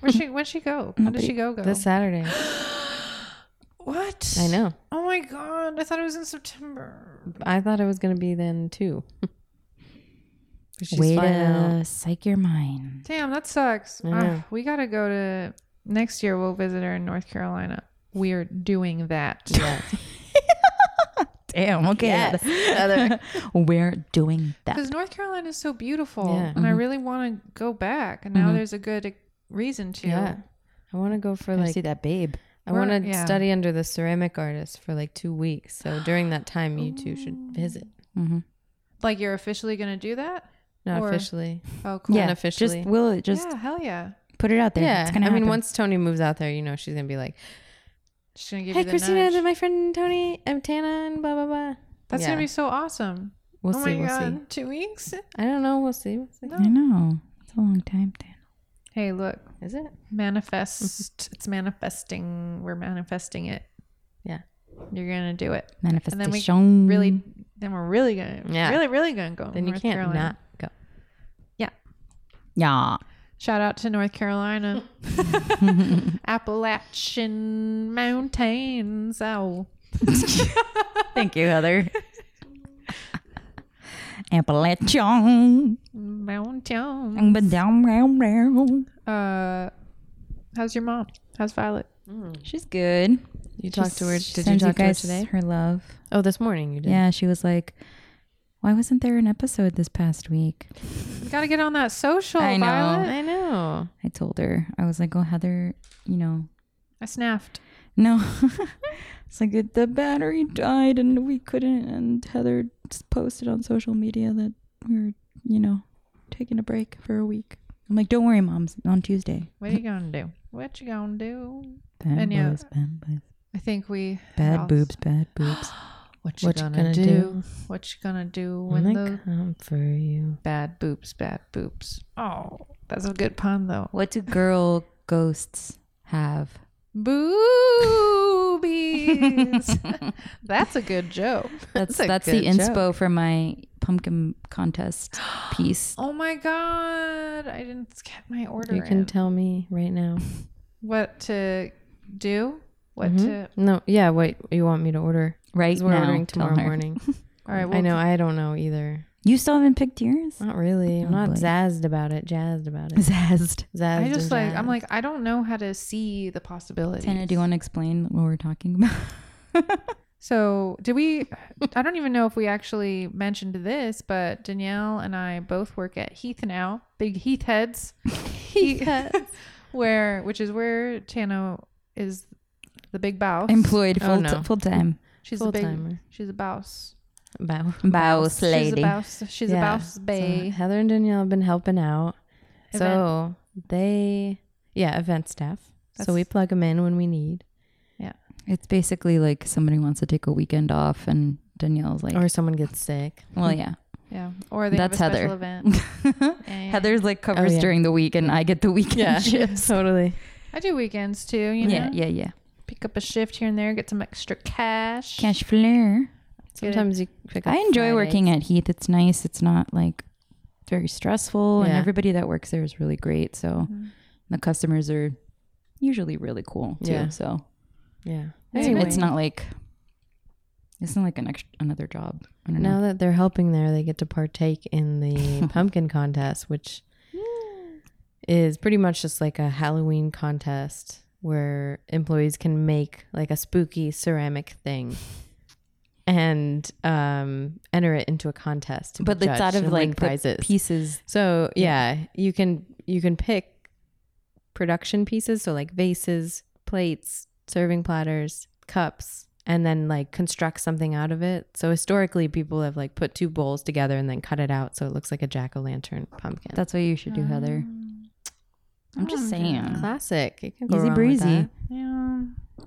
Where she? When she go? When does she go? Go? This Saturday. what? I know. Oh my god! I thought it was in September. I thought it was gonna be then too. But she's Way fine to psych your mind. Damn, that sucks. I know. Ah, we gotta go to next year. We'll visit her in North Carolina. We're doing that. Damn. Okay. We're doing that. Because North Carolina is so beautiful, Yeah. mm-hmm. and I really want to go back. And now there's a good reason to. Yeah. I want to go for I like. see that babe. I We're- want to yeah. study under the ceramic artist for like two weeks. So during that time, you two should Oh. visit. Mm-hmm. Like you're officially gonna do that? Not Or- officially. Oh, cool. Yeah. unofficially. Just will it just yeah, hell yeah. put it out there. Yeah. It's gonna I mean, happen. once Tony moves out there, you know she's gonna be like, She's gonna give "Hey, you the Christina, nudge. did my friend Tony, I'm Tana, and blah blah blah." That's Yeah. gonna be so awesome. We'll oh see. my We'll god, see. two weeks? I don't know. We'll see. We'll see. No. I know. It's a long time, Dan. Hey, look, Is it? manifest. it's manifesting. We're manifesting it. Yeah. you're gonna do it. Manifestation. we Really, then we're really gonna, Mm-hmm. Yeah. really, really gonna go. Then you North can't Carolina. not go. Yeah. Shout out to North Carolina, Appalachian mountains. Oh, Thank you, Heather. Appalachian. mountain. But down, down, down. Uh, how's your mom? How's Violet? She's good. You talked to her. She Did you sends talk to her guys today? Her love. Oh, this morning you did. Yeah, she was like, Why wasn't there an episode this past week? You gotta get on that social, I know. Violet. I know. I told her. I was like, oh, Heather, you know, I snapped. no. it's like it, the battery died and we couldn't. And Heather just posted on social media that we were, you know, taking a break for a week. I'm like, don't worry, mom's on Tuesday. What are you gonna do? What you gonna do? Bad And yeah. boobs, bad boobs, I think we bad I'll- boobs, bad boobs. What you What you gonna, gonna do? do? What you gonna do when When I the come for you. bad boobs, bad boobs? Oh, that's a good pun though. What do girl ghosts have? Boobies. that's a good joke. That's a that's the good joke. inspo for my pumpkin contest piece. Oh my god, I didn't get my order You can in. tell me right now. what to do? What to? No, yeah, what you want me to order? Right 'Cause we're now, ordering tell tomorrow her. morning. All right, well, I know. I don't know either. You still haven't picked yours? Not really. I'm Oh, not boy. zazzed about it. Jazzed about it. Zazzed. Zazzed. I just and like jazzed. I'm like I don't know how to see the possibility. Tana, do you want to explain what we're talking about? So, did we? I don't even know if we actually mentioned this, but Danielle and I both work at Heath now, big Heath heads, Heath heads, where which is where Tana is the big bouse. Employed full Oh, no. full time. she's a full big. timer. She's a bouse. Bow. Bows She's a lady. bouse. She's Yeah. a bouse So bay. Heather and Danielle have been helping out. So Event. they, yeah, event staff. so That's- we plug them in when we need, It's basically like somebody wants to take a weekend off and Danielle's like or someone gets sick. Well yeah. yeah, or they That's have a Heather. special event. Yeah. Heather's like covers yeah. during the week and I get the weekend shifts. totally. I do weekends too. You know, Yeah, yeah, yeah. pick up a shift here and there, get some extra cash. Cash flare. Get it. Sometimes you pick up. I enjoy Fridays. working at Heath. It's nice. It's not like very stressful, and Yeah. everybody that works there is really great. So Mhm. the customers are usually really cool too. Yeah. So Yeah. it's, Anyway. it's not like it's not like an extra, another job. I don't know. Now that they're helping there, they get to partake in the pumpkin contest, which is pretty much just like a Halloween contest where employees can make like a spooky ceramic thing and um, enter it into a contest. To but be it's out judged of and win like the prizes. pieces. So yeah, you can you can pick production pieces, so like vases, plates, serving platters, cups, and then like construct something out of it. So historically, people have like put two bowls together and then cut it out so it looks like a jack o' lantern pumpkin. That's what you should do, Heather. Um, I'm just oh, Mm. saying. classic. It can go Easy wrong with breezy. Yeah.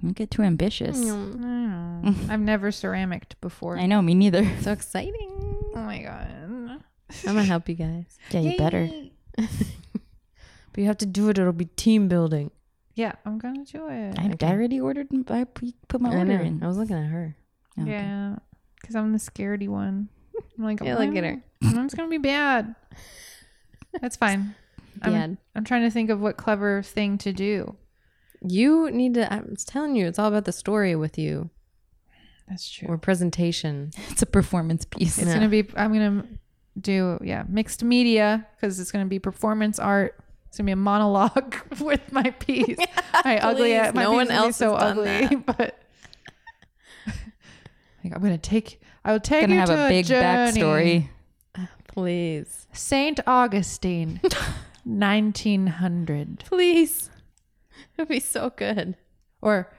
Don't get too ambitious. Mm-hmm. that. I don't know. I've never ceramicked before. I know. Me neither. So exciting! Oh my god. I'm gonna help you guys, Yeah, you better. Yay. but you have to do it. It'll be team building. Yeah, I'm gonna do it. I I already ordered. and I pre- put my I order know. in. I was looking at her. Oh, okay. Yeah, because I'm the scaredy one. I'm like, Yeah, look at "Well, her." Mine's gonna be bad. That's fine. I'm, Bad. I'm trying to think of what clever thing to do. You need to. I'm telling you, it's all about the story with you. That's true. or presentation. It's a performance piece. It's gonna be. I'm gonna do yeah mixed media because it's gonna be performance art. It's gonna be a monologue with my piece. my ugly. uh, Please, My no piece one is gonna be else so has done ugly, but. Like, I'm gonna take. I will take gonna you have to a big journey. backstory. Please. Saint Augustine, 1900. Please. It'd be so good. Or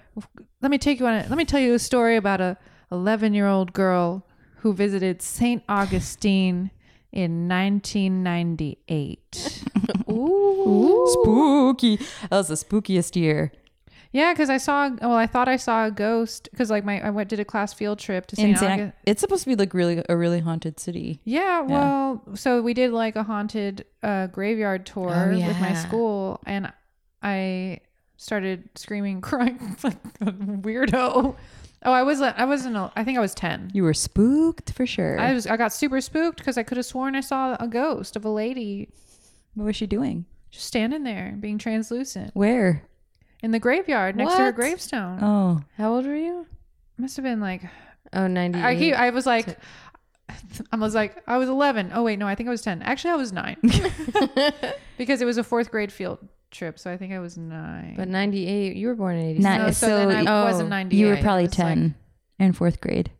let me take you on it. Let me tell you a story about a 11 year old girl who visited Saint Augustine in 1998. Ooh. Spooky. That was the spookiest year. Yeah, because I saw. Well, I thought I saw a ghost because like my I went did a class field trip to In St. San- Augustine. it's supposed to be like really a really haunted city. Yeah, well, so we did like a haunted uh, graveyard tour Oh, with my yeah. school, and I started screaming, crying like a weirdo. Oh, I was I wasn't. a- I think I was ten. You were spooked for sure. I was I got super spooked because I could have sworn I saw a ghost of a lady what was she doing? just standing there being translucent Where? in the graveyard next to her What? gravestone. Oh, How old were you? Must have been like Oh, 98. I keep, I was like, I was like, I was 11. Oh wait, no, I think I was 10. Actually, I was nine because it was a fourth grade field trip, so I think I was nine. but 98, you were born in 86. Not- no, so, so then I y- wasn't oh, 98. you were I probably was, like- ten in fourth grade.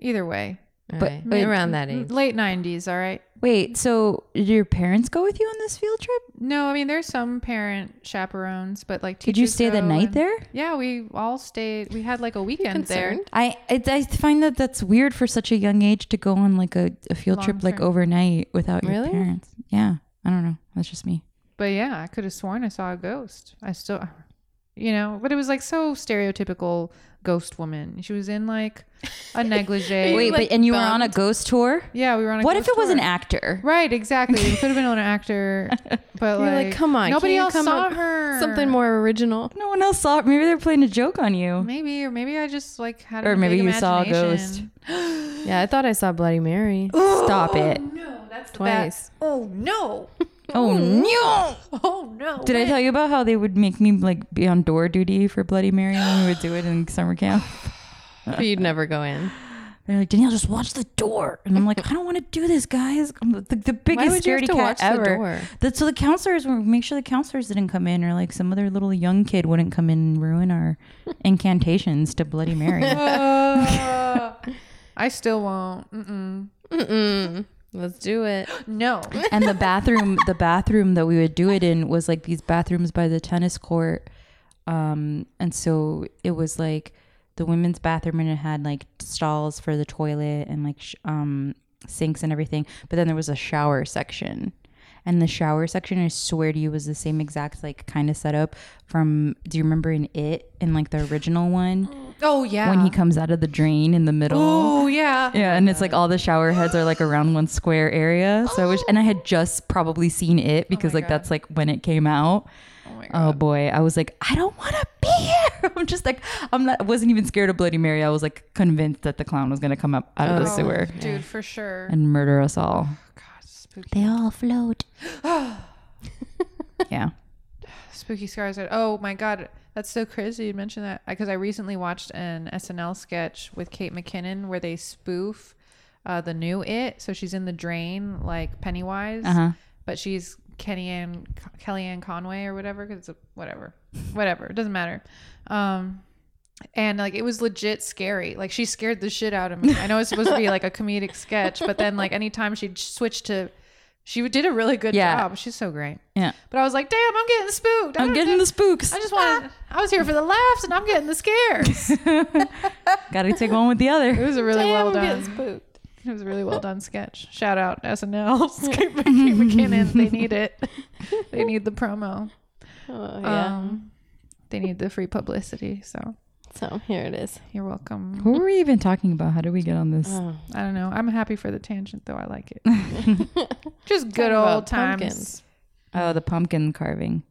either way, But, Mid- around that age. Late 90s, all right. Wait, so did your parents go with you on this field trip? No, I mean there's some parent chaperones, but like Did you teachers stay the go night and- there? Yeah, we all stayed. We had like a weekend there. concerned. I I, I find that that's weird for such a young age to go on like a, a field trip Long like term. overnight without your Really? parents. Yeah, I don't know. That's just me. But yeah, I could have sworn I saw a ghost. I still, you know, but it was like so stereotypical ghost woman. She was in like a negligee. Wait, like, but and you were on a bummed? ghost tour? yeah, we were on. a What if ghost it was an tour. actor? Right, exactly. It could have been an actor, but You're like, like, come on, nobody can you else come saw up- her. Something more original. No one else saw it. Maybe they're playing a joke on you. Maybe, or maybe I just like had. Or a maybe big you saw a imagination. Yeah, I thought I saw Bloody Mary Stop it. No, that's the twice. Oh no! Oh no! Oh no! Did I tell you about how they would make me like be on door duty for Bloody Mary when we would do it in summer camp? But you'd never go in. They're like, Danielle, just watch the door. And I'm like, I don't want to do this, guys. I'm the, the biggest would you have scaredy to cat watch the ever. door? That- so the counselors were make sure the counselors didn't come in or like some other little young kid wouldn't come in and ruin our incantations to Bloody Mary. Uh, I still won't. Mm-mm. Mm-mm. Let's do it. No. and the bathroom the bathroom that we would do it in was like these bathrooms by the tennis court um and so it was like the women's bathroom and it had like stalls for the toilet and like sh- um sinks and everything but then there was a shower section and the shower section i swear to you was the same exact like kind of setup from do you remember in it in like the original one Oh yeah. when he comes out of the drain in the middle Oh yeah. yeah, and it's like all the shower heads are like around one square area. So I wish, and I had just probably seen it because like that's like when it came out. Oh my god. Oh boy, I was like, I don't want to be here. I'm just like, I'm not. I wasn't even scared of Bloody Mary. I was like convinced that the clown was gonna come up out of the Oh, sewer Dude, for sure. and murder us all. God, spooky. They all float. yeah. Spooky scars. are- Oh my god, that's so crazy. You mentioned that because I recently watched an SNL sketch with Kate McKinnon where they spoof uh, the new It. So she's in the drain like Pennywise, Uh-huh. but she's Kenny Ann, Kellyanne Conway or whatever. Because it's a, whatever, whatever. It doesn't matter. Um, and like it was legit scary. Like she scared the shit out of me. I know it's supposed to be like a comedic sketch, but then like anytime she switched to, she did a really good Yeah. job. She's so great. Yeah. But I was like, damn, I'm getting spooked. I I'm don't getting the think- spooks. I just wanted. I was here for the laughs, and I'm getting the scares. it Gotta take one with the other. was a really Damn, well I'm done. getting spooked. It was a really well done sketch. Shout out SNL, Kate McKinnon. They need it. They need the promo. Oh, yeah. Um, they need the free publicity. So so here it is. you're welcome. Who were we even talking about? How did we get on this? Oh. I don't know. I'm happy for the tangent, though. I like it. Just good Talking about old times. pumpkins. Oh, the pumpkin carving.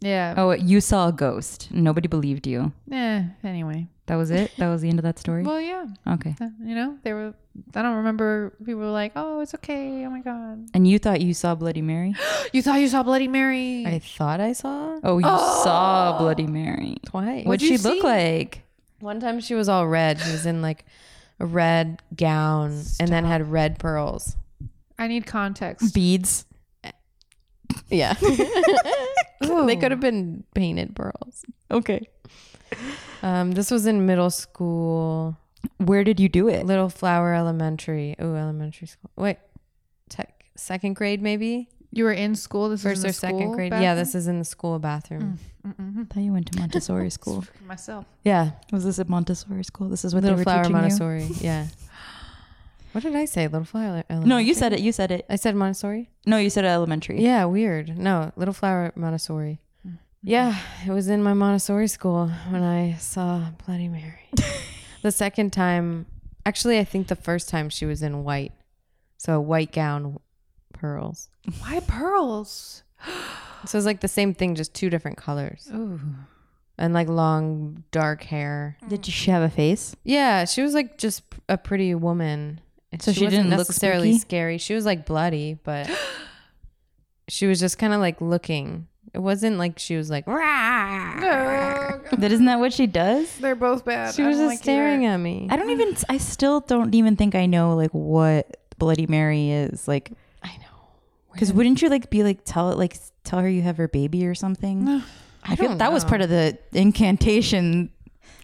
Yeah. Oh, you saw a ghost. Nobody believed you. Eh, anyway. That was it? That was the end of that story? Well, yeah. Okay. Uh, You know, they were. I don't remember. People were like, "Oh, it's okay. Oh my god." And you thought you saw Bloody Mary? You thought you saw Bloody Mary. I thought I saw Oh, you saw Bloody Mary. twice. What'd you she look see? like? One time she was all red. She was in like a red gown and then had red pearls. I need context. Beads. Yeah. they could have been painted pearls. Okay. Um, this was in middle school, Where did you do it? Little Flower Elementary. Oh, elementary school. Wait, tech, second grade maybe? You were in school. This First was in or the second school grade? bathroom? Yeah, this is in the school Mm. bathroom. Mm-mm-mm. I thought you went to Montessori school. myself. Yeah, Was this at Montessori school? This is what Little they were Flower teaching Montessori. Yeah. What did I say? Little Flower you? Elementary. No, you said it. You said it. I said Montessori. No, you said elementary. Yeah, weird. No, Little Flower Montessori. Yeah, it was in my Montessori school when I saw Bloody Mary. the second time, actually, I think the first time she was in white. So a white gown, pearls. Why pearls? So it's like the same thing, just two different colors Ooh. and like long, dark hair. Did she have a face? Yeah, she was like just a pretty woman. And So she wasn't didn't look necessarily spooky? scary. She was like bloody, but she was just kind of like looking. It wasn't like she was like rah. That isn't that what she does? They're both bad. She was just staring at me. I don't even. I still don't even think I know like what Bloody Mary is like. I know. Because wouldn't you like be like tell it like s- tell her you have her baby or something? I, feel don't that was know. part of the incantation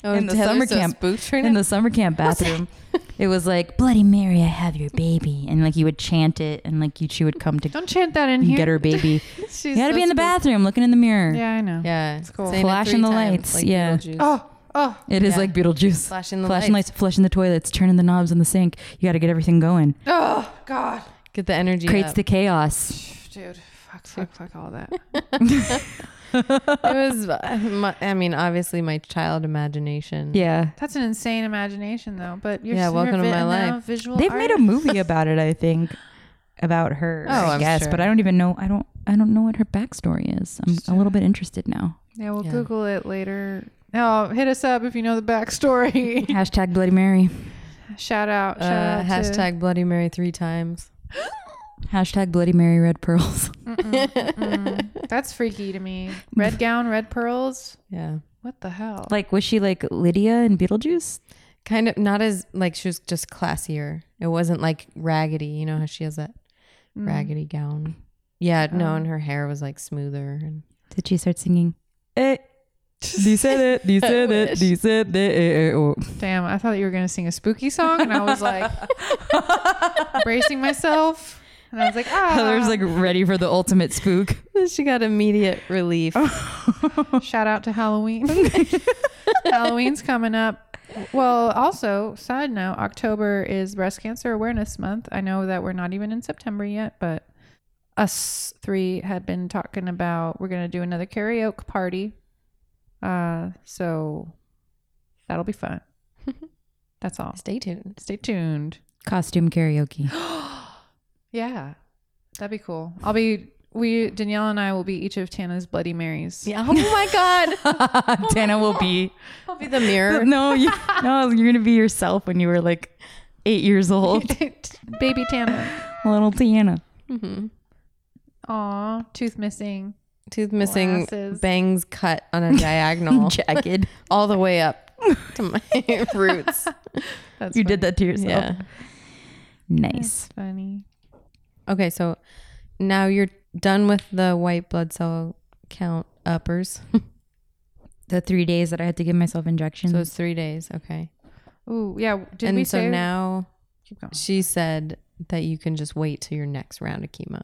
Oh, in the Taylor's summer so camp spooked right in now. the summer camp bathroom. it was like Bloody Mary, I have your baby, and like you would chant it, and like you, she would come to Don't chant that in and here. get her baby. She's you got to so be in the spooked. bathroom, looking in the mirror. Yeah, I know. yeah, It's cool. saying it Flashing three the times, lights, like yeah. Beetlejuice. Oh, oh. It is Yeah. like Beetlejuice. flashing the flashing lights. lights, flushing the toilets, turning the knobs in the sink. You got to get everything going. Oh God, Get the energy. Creates up. the chaos. dude, fuck, fuck, fuck, all that. it was uh, my, i mean obviously my child imagination Yeah. That's an insane imagination, though. But you're Yeah, you're welcome to vi- my now life. Visual. They've made a artist. movie about it, I think, about her. Oh, I I'm guess, sure. but I don't even know. I don't. I don't know what her backstory is. I'm a little bit interested now. Yeah, we'll Yeah. Google it later. Oh, hit us up if you know the backstory. Hashtag Bloody Mary. shout out, shout uh, out hashtag bloody mary three times Hashtag Bloody Mary Red Pearls. To, that's freaky to me. Red gown, red pearls. yeah What the hell? like, was she like Lydia in Beetlejuice? kind of not as like she was just classier it wasn't like raggedy you know how she has that Mm, raggedy gown yeah no and her hair was like smoother and Did she start singing? Eh. You said it. You said it. You said it. eh, eh, oh. Damn, I thought you were gonna sing a spooky song, and I was like bracing myself, and I was like, ah. Heather's like ready for the ultimate spook. she got immediate relief Oh. Shout out to Halloween. Halloween's coming up. Well, also, side note, October is Breast Cancer Awareness Month. I know that we're not even in September yet, but us three had been talking about we're going to do another karaoke party. Uh, so that'll be fun. That's all. stay tuned Stay tuned. Costume karaoke. Yeah. That'd be cool. I'll be we Danielle and I will be each of Tana's Bloody Marys. yeah oh my god Dana will be. i'll be the mirror No, you, no, you're gonna be yourself when you were like eight years old, Baby Tana. little Tiana. Mhm. Aw, tooth missing. tooth missing Glasses. bangs cut on a diagonal Jagged. all the way up to my roots That's funny. You did that to yourself. yeah Nice. Funny. Okay, so now you're done with the white blood cell count uppers. Mm-hmm. The three days that I had to give myself injections. so it's three days. Okay. Ooh, yeah. Did and we so say now Keep going. she said that you can just wait till your next round of chemo.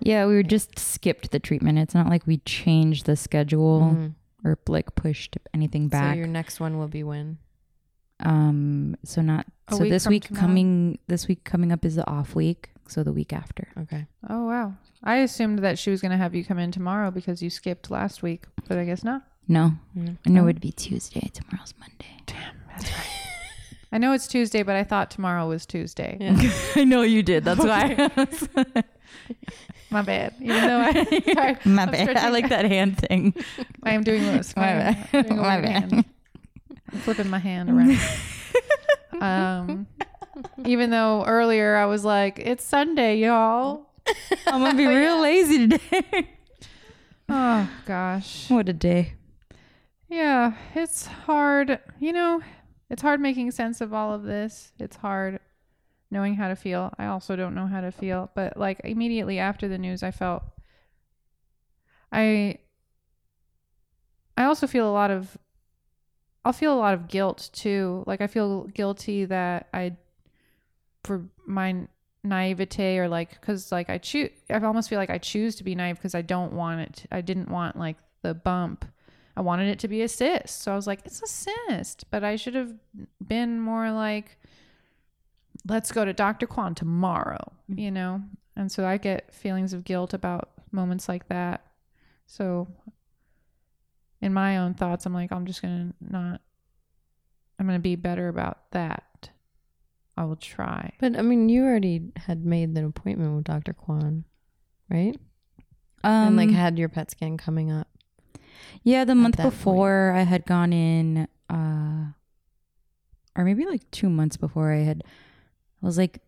yeah, we were just skipped the treatment. It's not like we changed the schedule Mhm. or like pushed anything back. So your next one will be when? um, so not A so week this from week tomorrow? coming this week coming up is the off week. So the week after. Okay. Oh wow. I assumed that she was gonna have you come in tomorrow because you skipped last week, but I guess not. No, Yeah. I know it'd be Tuesday. Tomorrow's Monday. I know it's Tuesday, but I thought tomorrow was Tuesday. I know you did. That's why. My bad. Even though I, sorry, My I'm bad. I stretching. like that hand thing. I am doing this. My I'm bad. doing a My weird bad. hand. I'm flipping my hand around. um, even though earlier I was like, "It's Sunday, y'all." I'm gonna be real lazy today. Oh gosh. what a day. Yeah, it's hard. You know, it's hard making sense of all of this. It's hard knowing how to feel. I also don't know how to feel, but like immediately after the news, I felt I I also feel a lot of I'll feel a lot of guilt too. Like I feel guilty that I for my naivete or like cuz like I choose I almost feel like I choose to be naive cuz I don't want it. to- I didn't want like the bump. I wanted it to be a cyst. So I was like, it's a cyst, but I should have been more like let's go to Dr. Kwan tomorrow, you know? And so I get feelings of guilt about moments like that. So in my own thoughts, I'm like, I'm just going to not, I'm going to be better about that. I will try. But I mean, you already had made an appointment with Dr. Kwan, right? and Um, like had your PET scan coming up. yeah, the month that point. before I had gone in, uh, or maybe like two months before I had, I was like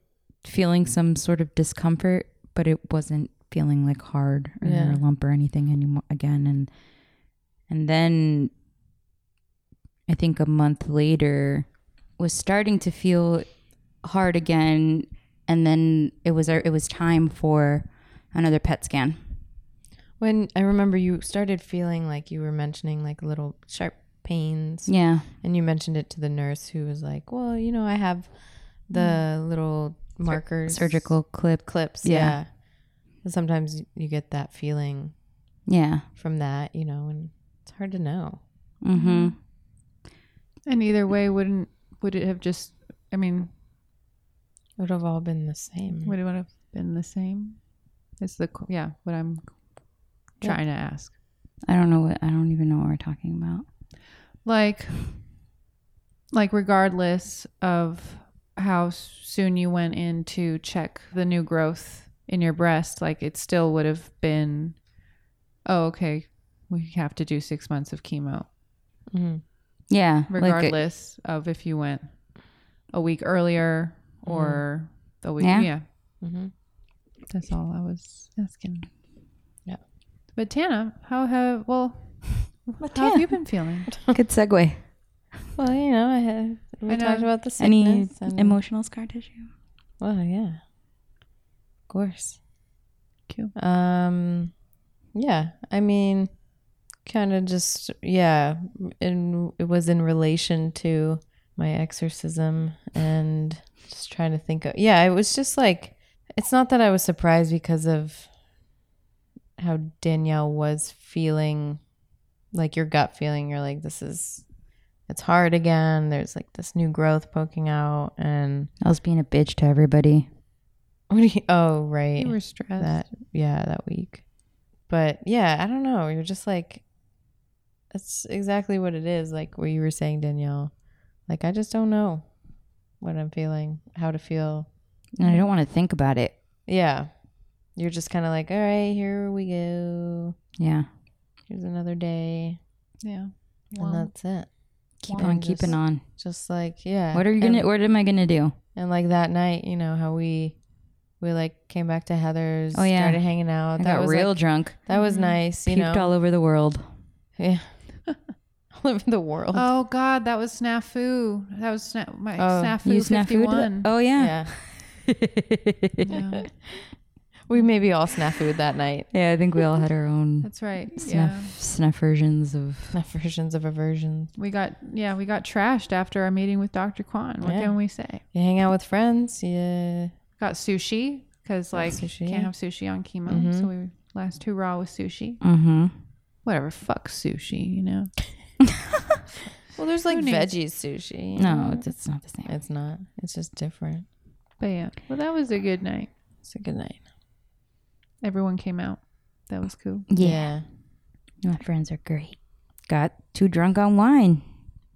feeling some sort of discomfort, but it wasn't feeling like hard or Yeah. a lump or anything anymore again. And and then I think a month later was starting to feel hard again, and then it was it was time for another PET scan. When I remember you started feeling like you were mentioning like little sharp pains. Yeah. And you mentioned it to the nurse who was like, "Well, you know, I have the little markers, Surgical clip. clips." Yeah. Mm-hmm. Yeah. And Sometimes you get that feeling Yeah. from that, you know, and it's hard to know. Mm-hmm. And either way, wouldn't would it have just? I mean, It would have all been the same. would it would have been the same? It's the qu- yeah. What I'm Yeah. trying to ask, I don't know what I don't even know what we're talking about. like, like regardless of how soon you went in to check the new growth in your breast, like it still would have been. Oh, okay. We have to do six months of chemo, Mhm. Yeah. like, uh, regardless of if you went a week earlier Mm-hmm. or the week. Yeah. yeah. Mhm. That's all I was asking. Yeah. But Tana, how have well how have you been feeling? good segue. Well, you know, I had we I know. talked about the Any sickness and emotional scar tissue? Well, yeah, of course. Cute. Um, yeah. I mean, kind of just yeah. In it was in relation to my exorcism and just trying to think of yeah. It was just like it's not that I was surprised because of how Danielle was feeling, like your gut feeling. You're like, this is. It's hard again. There's like this new growth poking out, and I was being a bitch to everybody. what do you? Oh, right You were stressed. that yeah that week but yeah i don't know you're just like that's exactly what it is like what you were saying danielle like i just don't know what i'm feeling how to feel And I don't want to think about it. yeah you're just kind of like all right here we go Yeah. here's another day yeah. and Well, that's it Keep Well, on I'm keeping just- on. just like yeah What are you gonna and, what am I gonna do? and like that night you know how we we like came back to heather's Oh, yeah. started hanging out I that got was real Mm-hmm. like- drunk. that was Mhm. nice you Peeped know all over the world. yeah all over the world oh God, that was snafu. That was sna- my Oh, You snafu snafu'd? fifty one. Oh yeah. yeah. We maybe all snafu'd that night. Yeah, I think we all had our own That's right. snuff Yeah. snuff versions of Not versions of aversions. We got yeah, we got trashed after our meeting with Dr. Kwan. What Yeah. can we say? You hang out with friends. Yeah. Got sushi because like sushi, can't yeah. have sushi on chemo. Mhm. So we last two raw with sushi. Mm-hmm. Whatever, fuck sushi, you know. Well, there's like Who needs- veggie sushi. you No, know? it's, it's not the same. it's not. It's just different. But yeah, well that was a good night. It's a good night. Everyone came out. That was cool. My friends are great. Got too drunk on wine.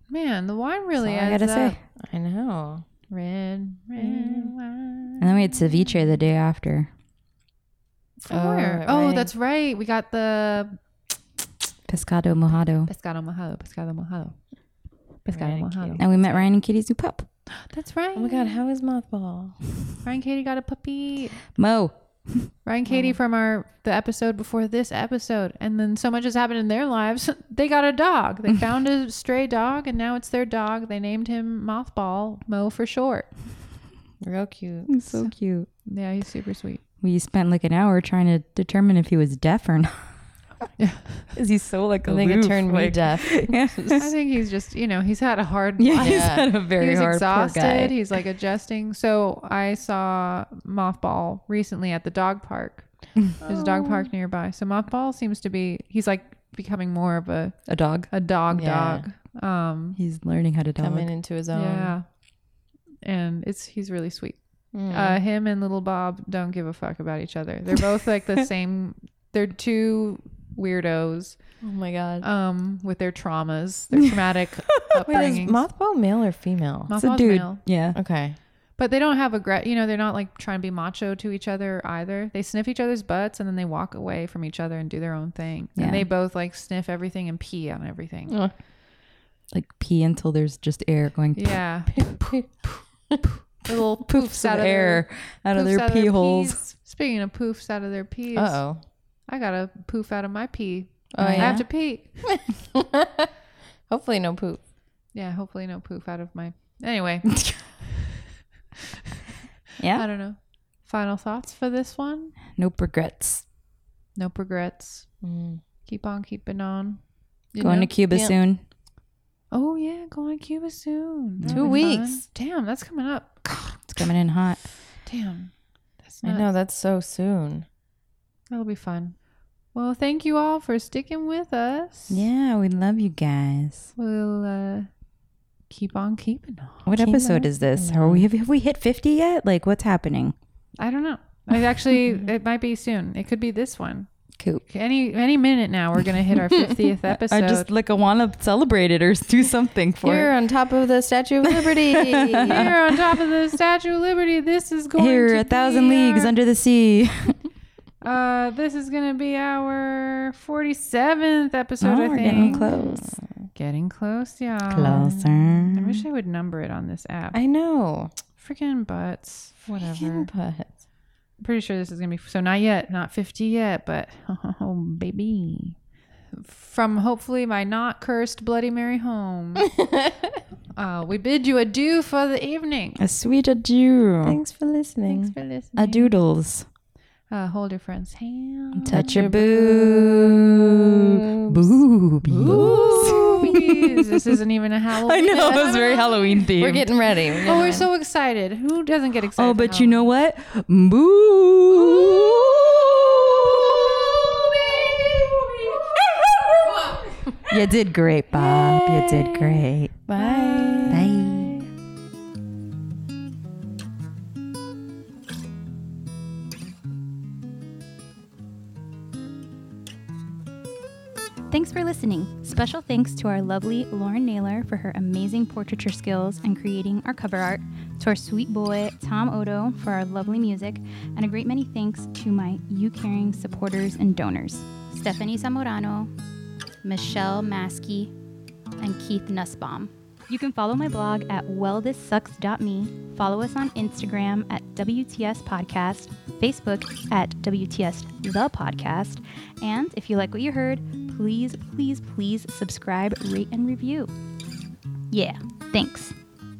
Man, the wine That's really all I adds gotta up. say. I know. Red, red Mm. wine. And then we had ceviche the day after. From Oh, where? at Oh, Reading. that's right. We got the Pescado mojado. pescado mojado, pescado mojado, pescado Ryan and mojado. Katie. And we met Ryan and Kitty's new pup. That's right. Oh my God. How is Mothball? Ryan Katie got a puppy. Mo. Ryan Katie from our the episode before this episode, and then so much has happened in their lives. they got a dog. They found a stray dog, and now it's their dog. They named him Mothball Mo for short. Real cute. He's so cute. Yeah, he's super sweet. We spent like an hour trying to determine if he was deaf or not. Yeah. Is he so like I think it turned me deaf. yeah, I think he's just you know he's had a hard yeah, life. he's had a very he's hard exhausted. poor guy. He's like adjusting. So I saw Mothball recently at the dog park. There's a dog Oh. park nearby. So Mothball seems to be he's like becoming more of a a dog. a dog Yeah. dog. Um He's learning how to dog. Coming into his own. yeah. And it's he's really sweet. Hmm. Mm. Uh him and little Bob don't give a fuck about each other. They're both like the same they're two weirdos oh my God. um with their traumas, their traumatic Wait, is upbringings. Mothball male or female? Moth- It's a Mothball's dude. male. Yeah. okay. But they don't have a gre- you know, they're not like trying to be macho to each other either. They sniff each other's butts and then they walk away from each other and do their own thing. Yeah. Mm. And they both like sniff everything and pee on everything. Oh. Like pee until there's just air going Yeah. Little poofs out out of of air their out of poofs their pee holes. pees. Speaking of poofs out of their pees, Uh oh. I got a poof out of my pee. Oh, I yeah? have to pee. Hopefully, no poop. Yeah, hopefully no poof out of my. Anyway, I Yeah. don't know. Final thoughts for this one? No regrets. No regrets. Mm. Keep on keeping on. You Going know? to Cuba Yeah. soon. Oh yeah, going to Cuba soon. That'll Two be fun. weeks. Damn, that's coming up. It's coming in hot. Damn, that's I not, know that's so soon. That'll be fun. Well, thank you all for sticking with us. Yeah, we love you guys. we'll uh, keep on keeping on. What Keep on episode is this? Are we have, have we hit 50 yet? Like what's happening? I don't know. I actually, it might be soon. It could be this one. Cool. Any any minute now, we're gonna hit our fiftieth episode. I just like I want to celebrate it or do something for You're it. on top of the Statue of Liberty. here on top of the Statue of Liberty. This is going Here, to a thousand be leagues our- under the sea. uh, this is gonna be our forty seventh episode. I Oh, think we're getting close. Getting close, yeah. I Closer. wish I would number it on this app. I know. Freaking butts. Whatever. But I'm pretty sure this is gonna be so. Not yet. Not fifty yet. But oh, baby. From hopefully my not cursed Bloody Mary home. uh, we bid you adieu for the evening. A sweet adieu. thanks for listening. Thanks for listening. A doodles. Uh, hold your friend's hand. Touch your boob. Boobies. Ooh, this isn't even a Halloween. I know, it was very Halloween themed. We're getting ready. We're Oh, getting we're so excited. Who doesn't get excited? oh, for but you Halloween? know what? Boobies. you did great, Bob. You did great. Bye. Bye. Thanks for listening. Special thanks to our lovely Lauren Naylor for her amazing portraiture skills and creating our cover art, to our sweet boy Tom Odo for our lovely music, and a great many thanks to my You Caring supporters and donors Stephanie Zamorano, Michelle Maskey, and Keith Nussbaum. You can follow my blog at wellthissucks.me, follow us on Instagram at WTS Podcast, Facebook at WTS The Podcast, and if you like what you heard, please, please, please subscribe, rate, and review. Yeah, thanks.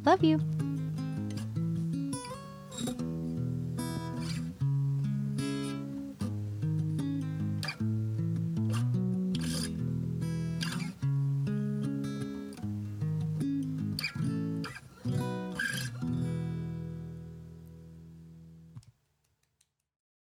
Love you.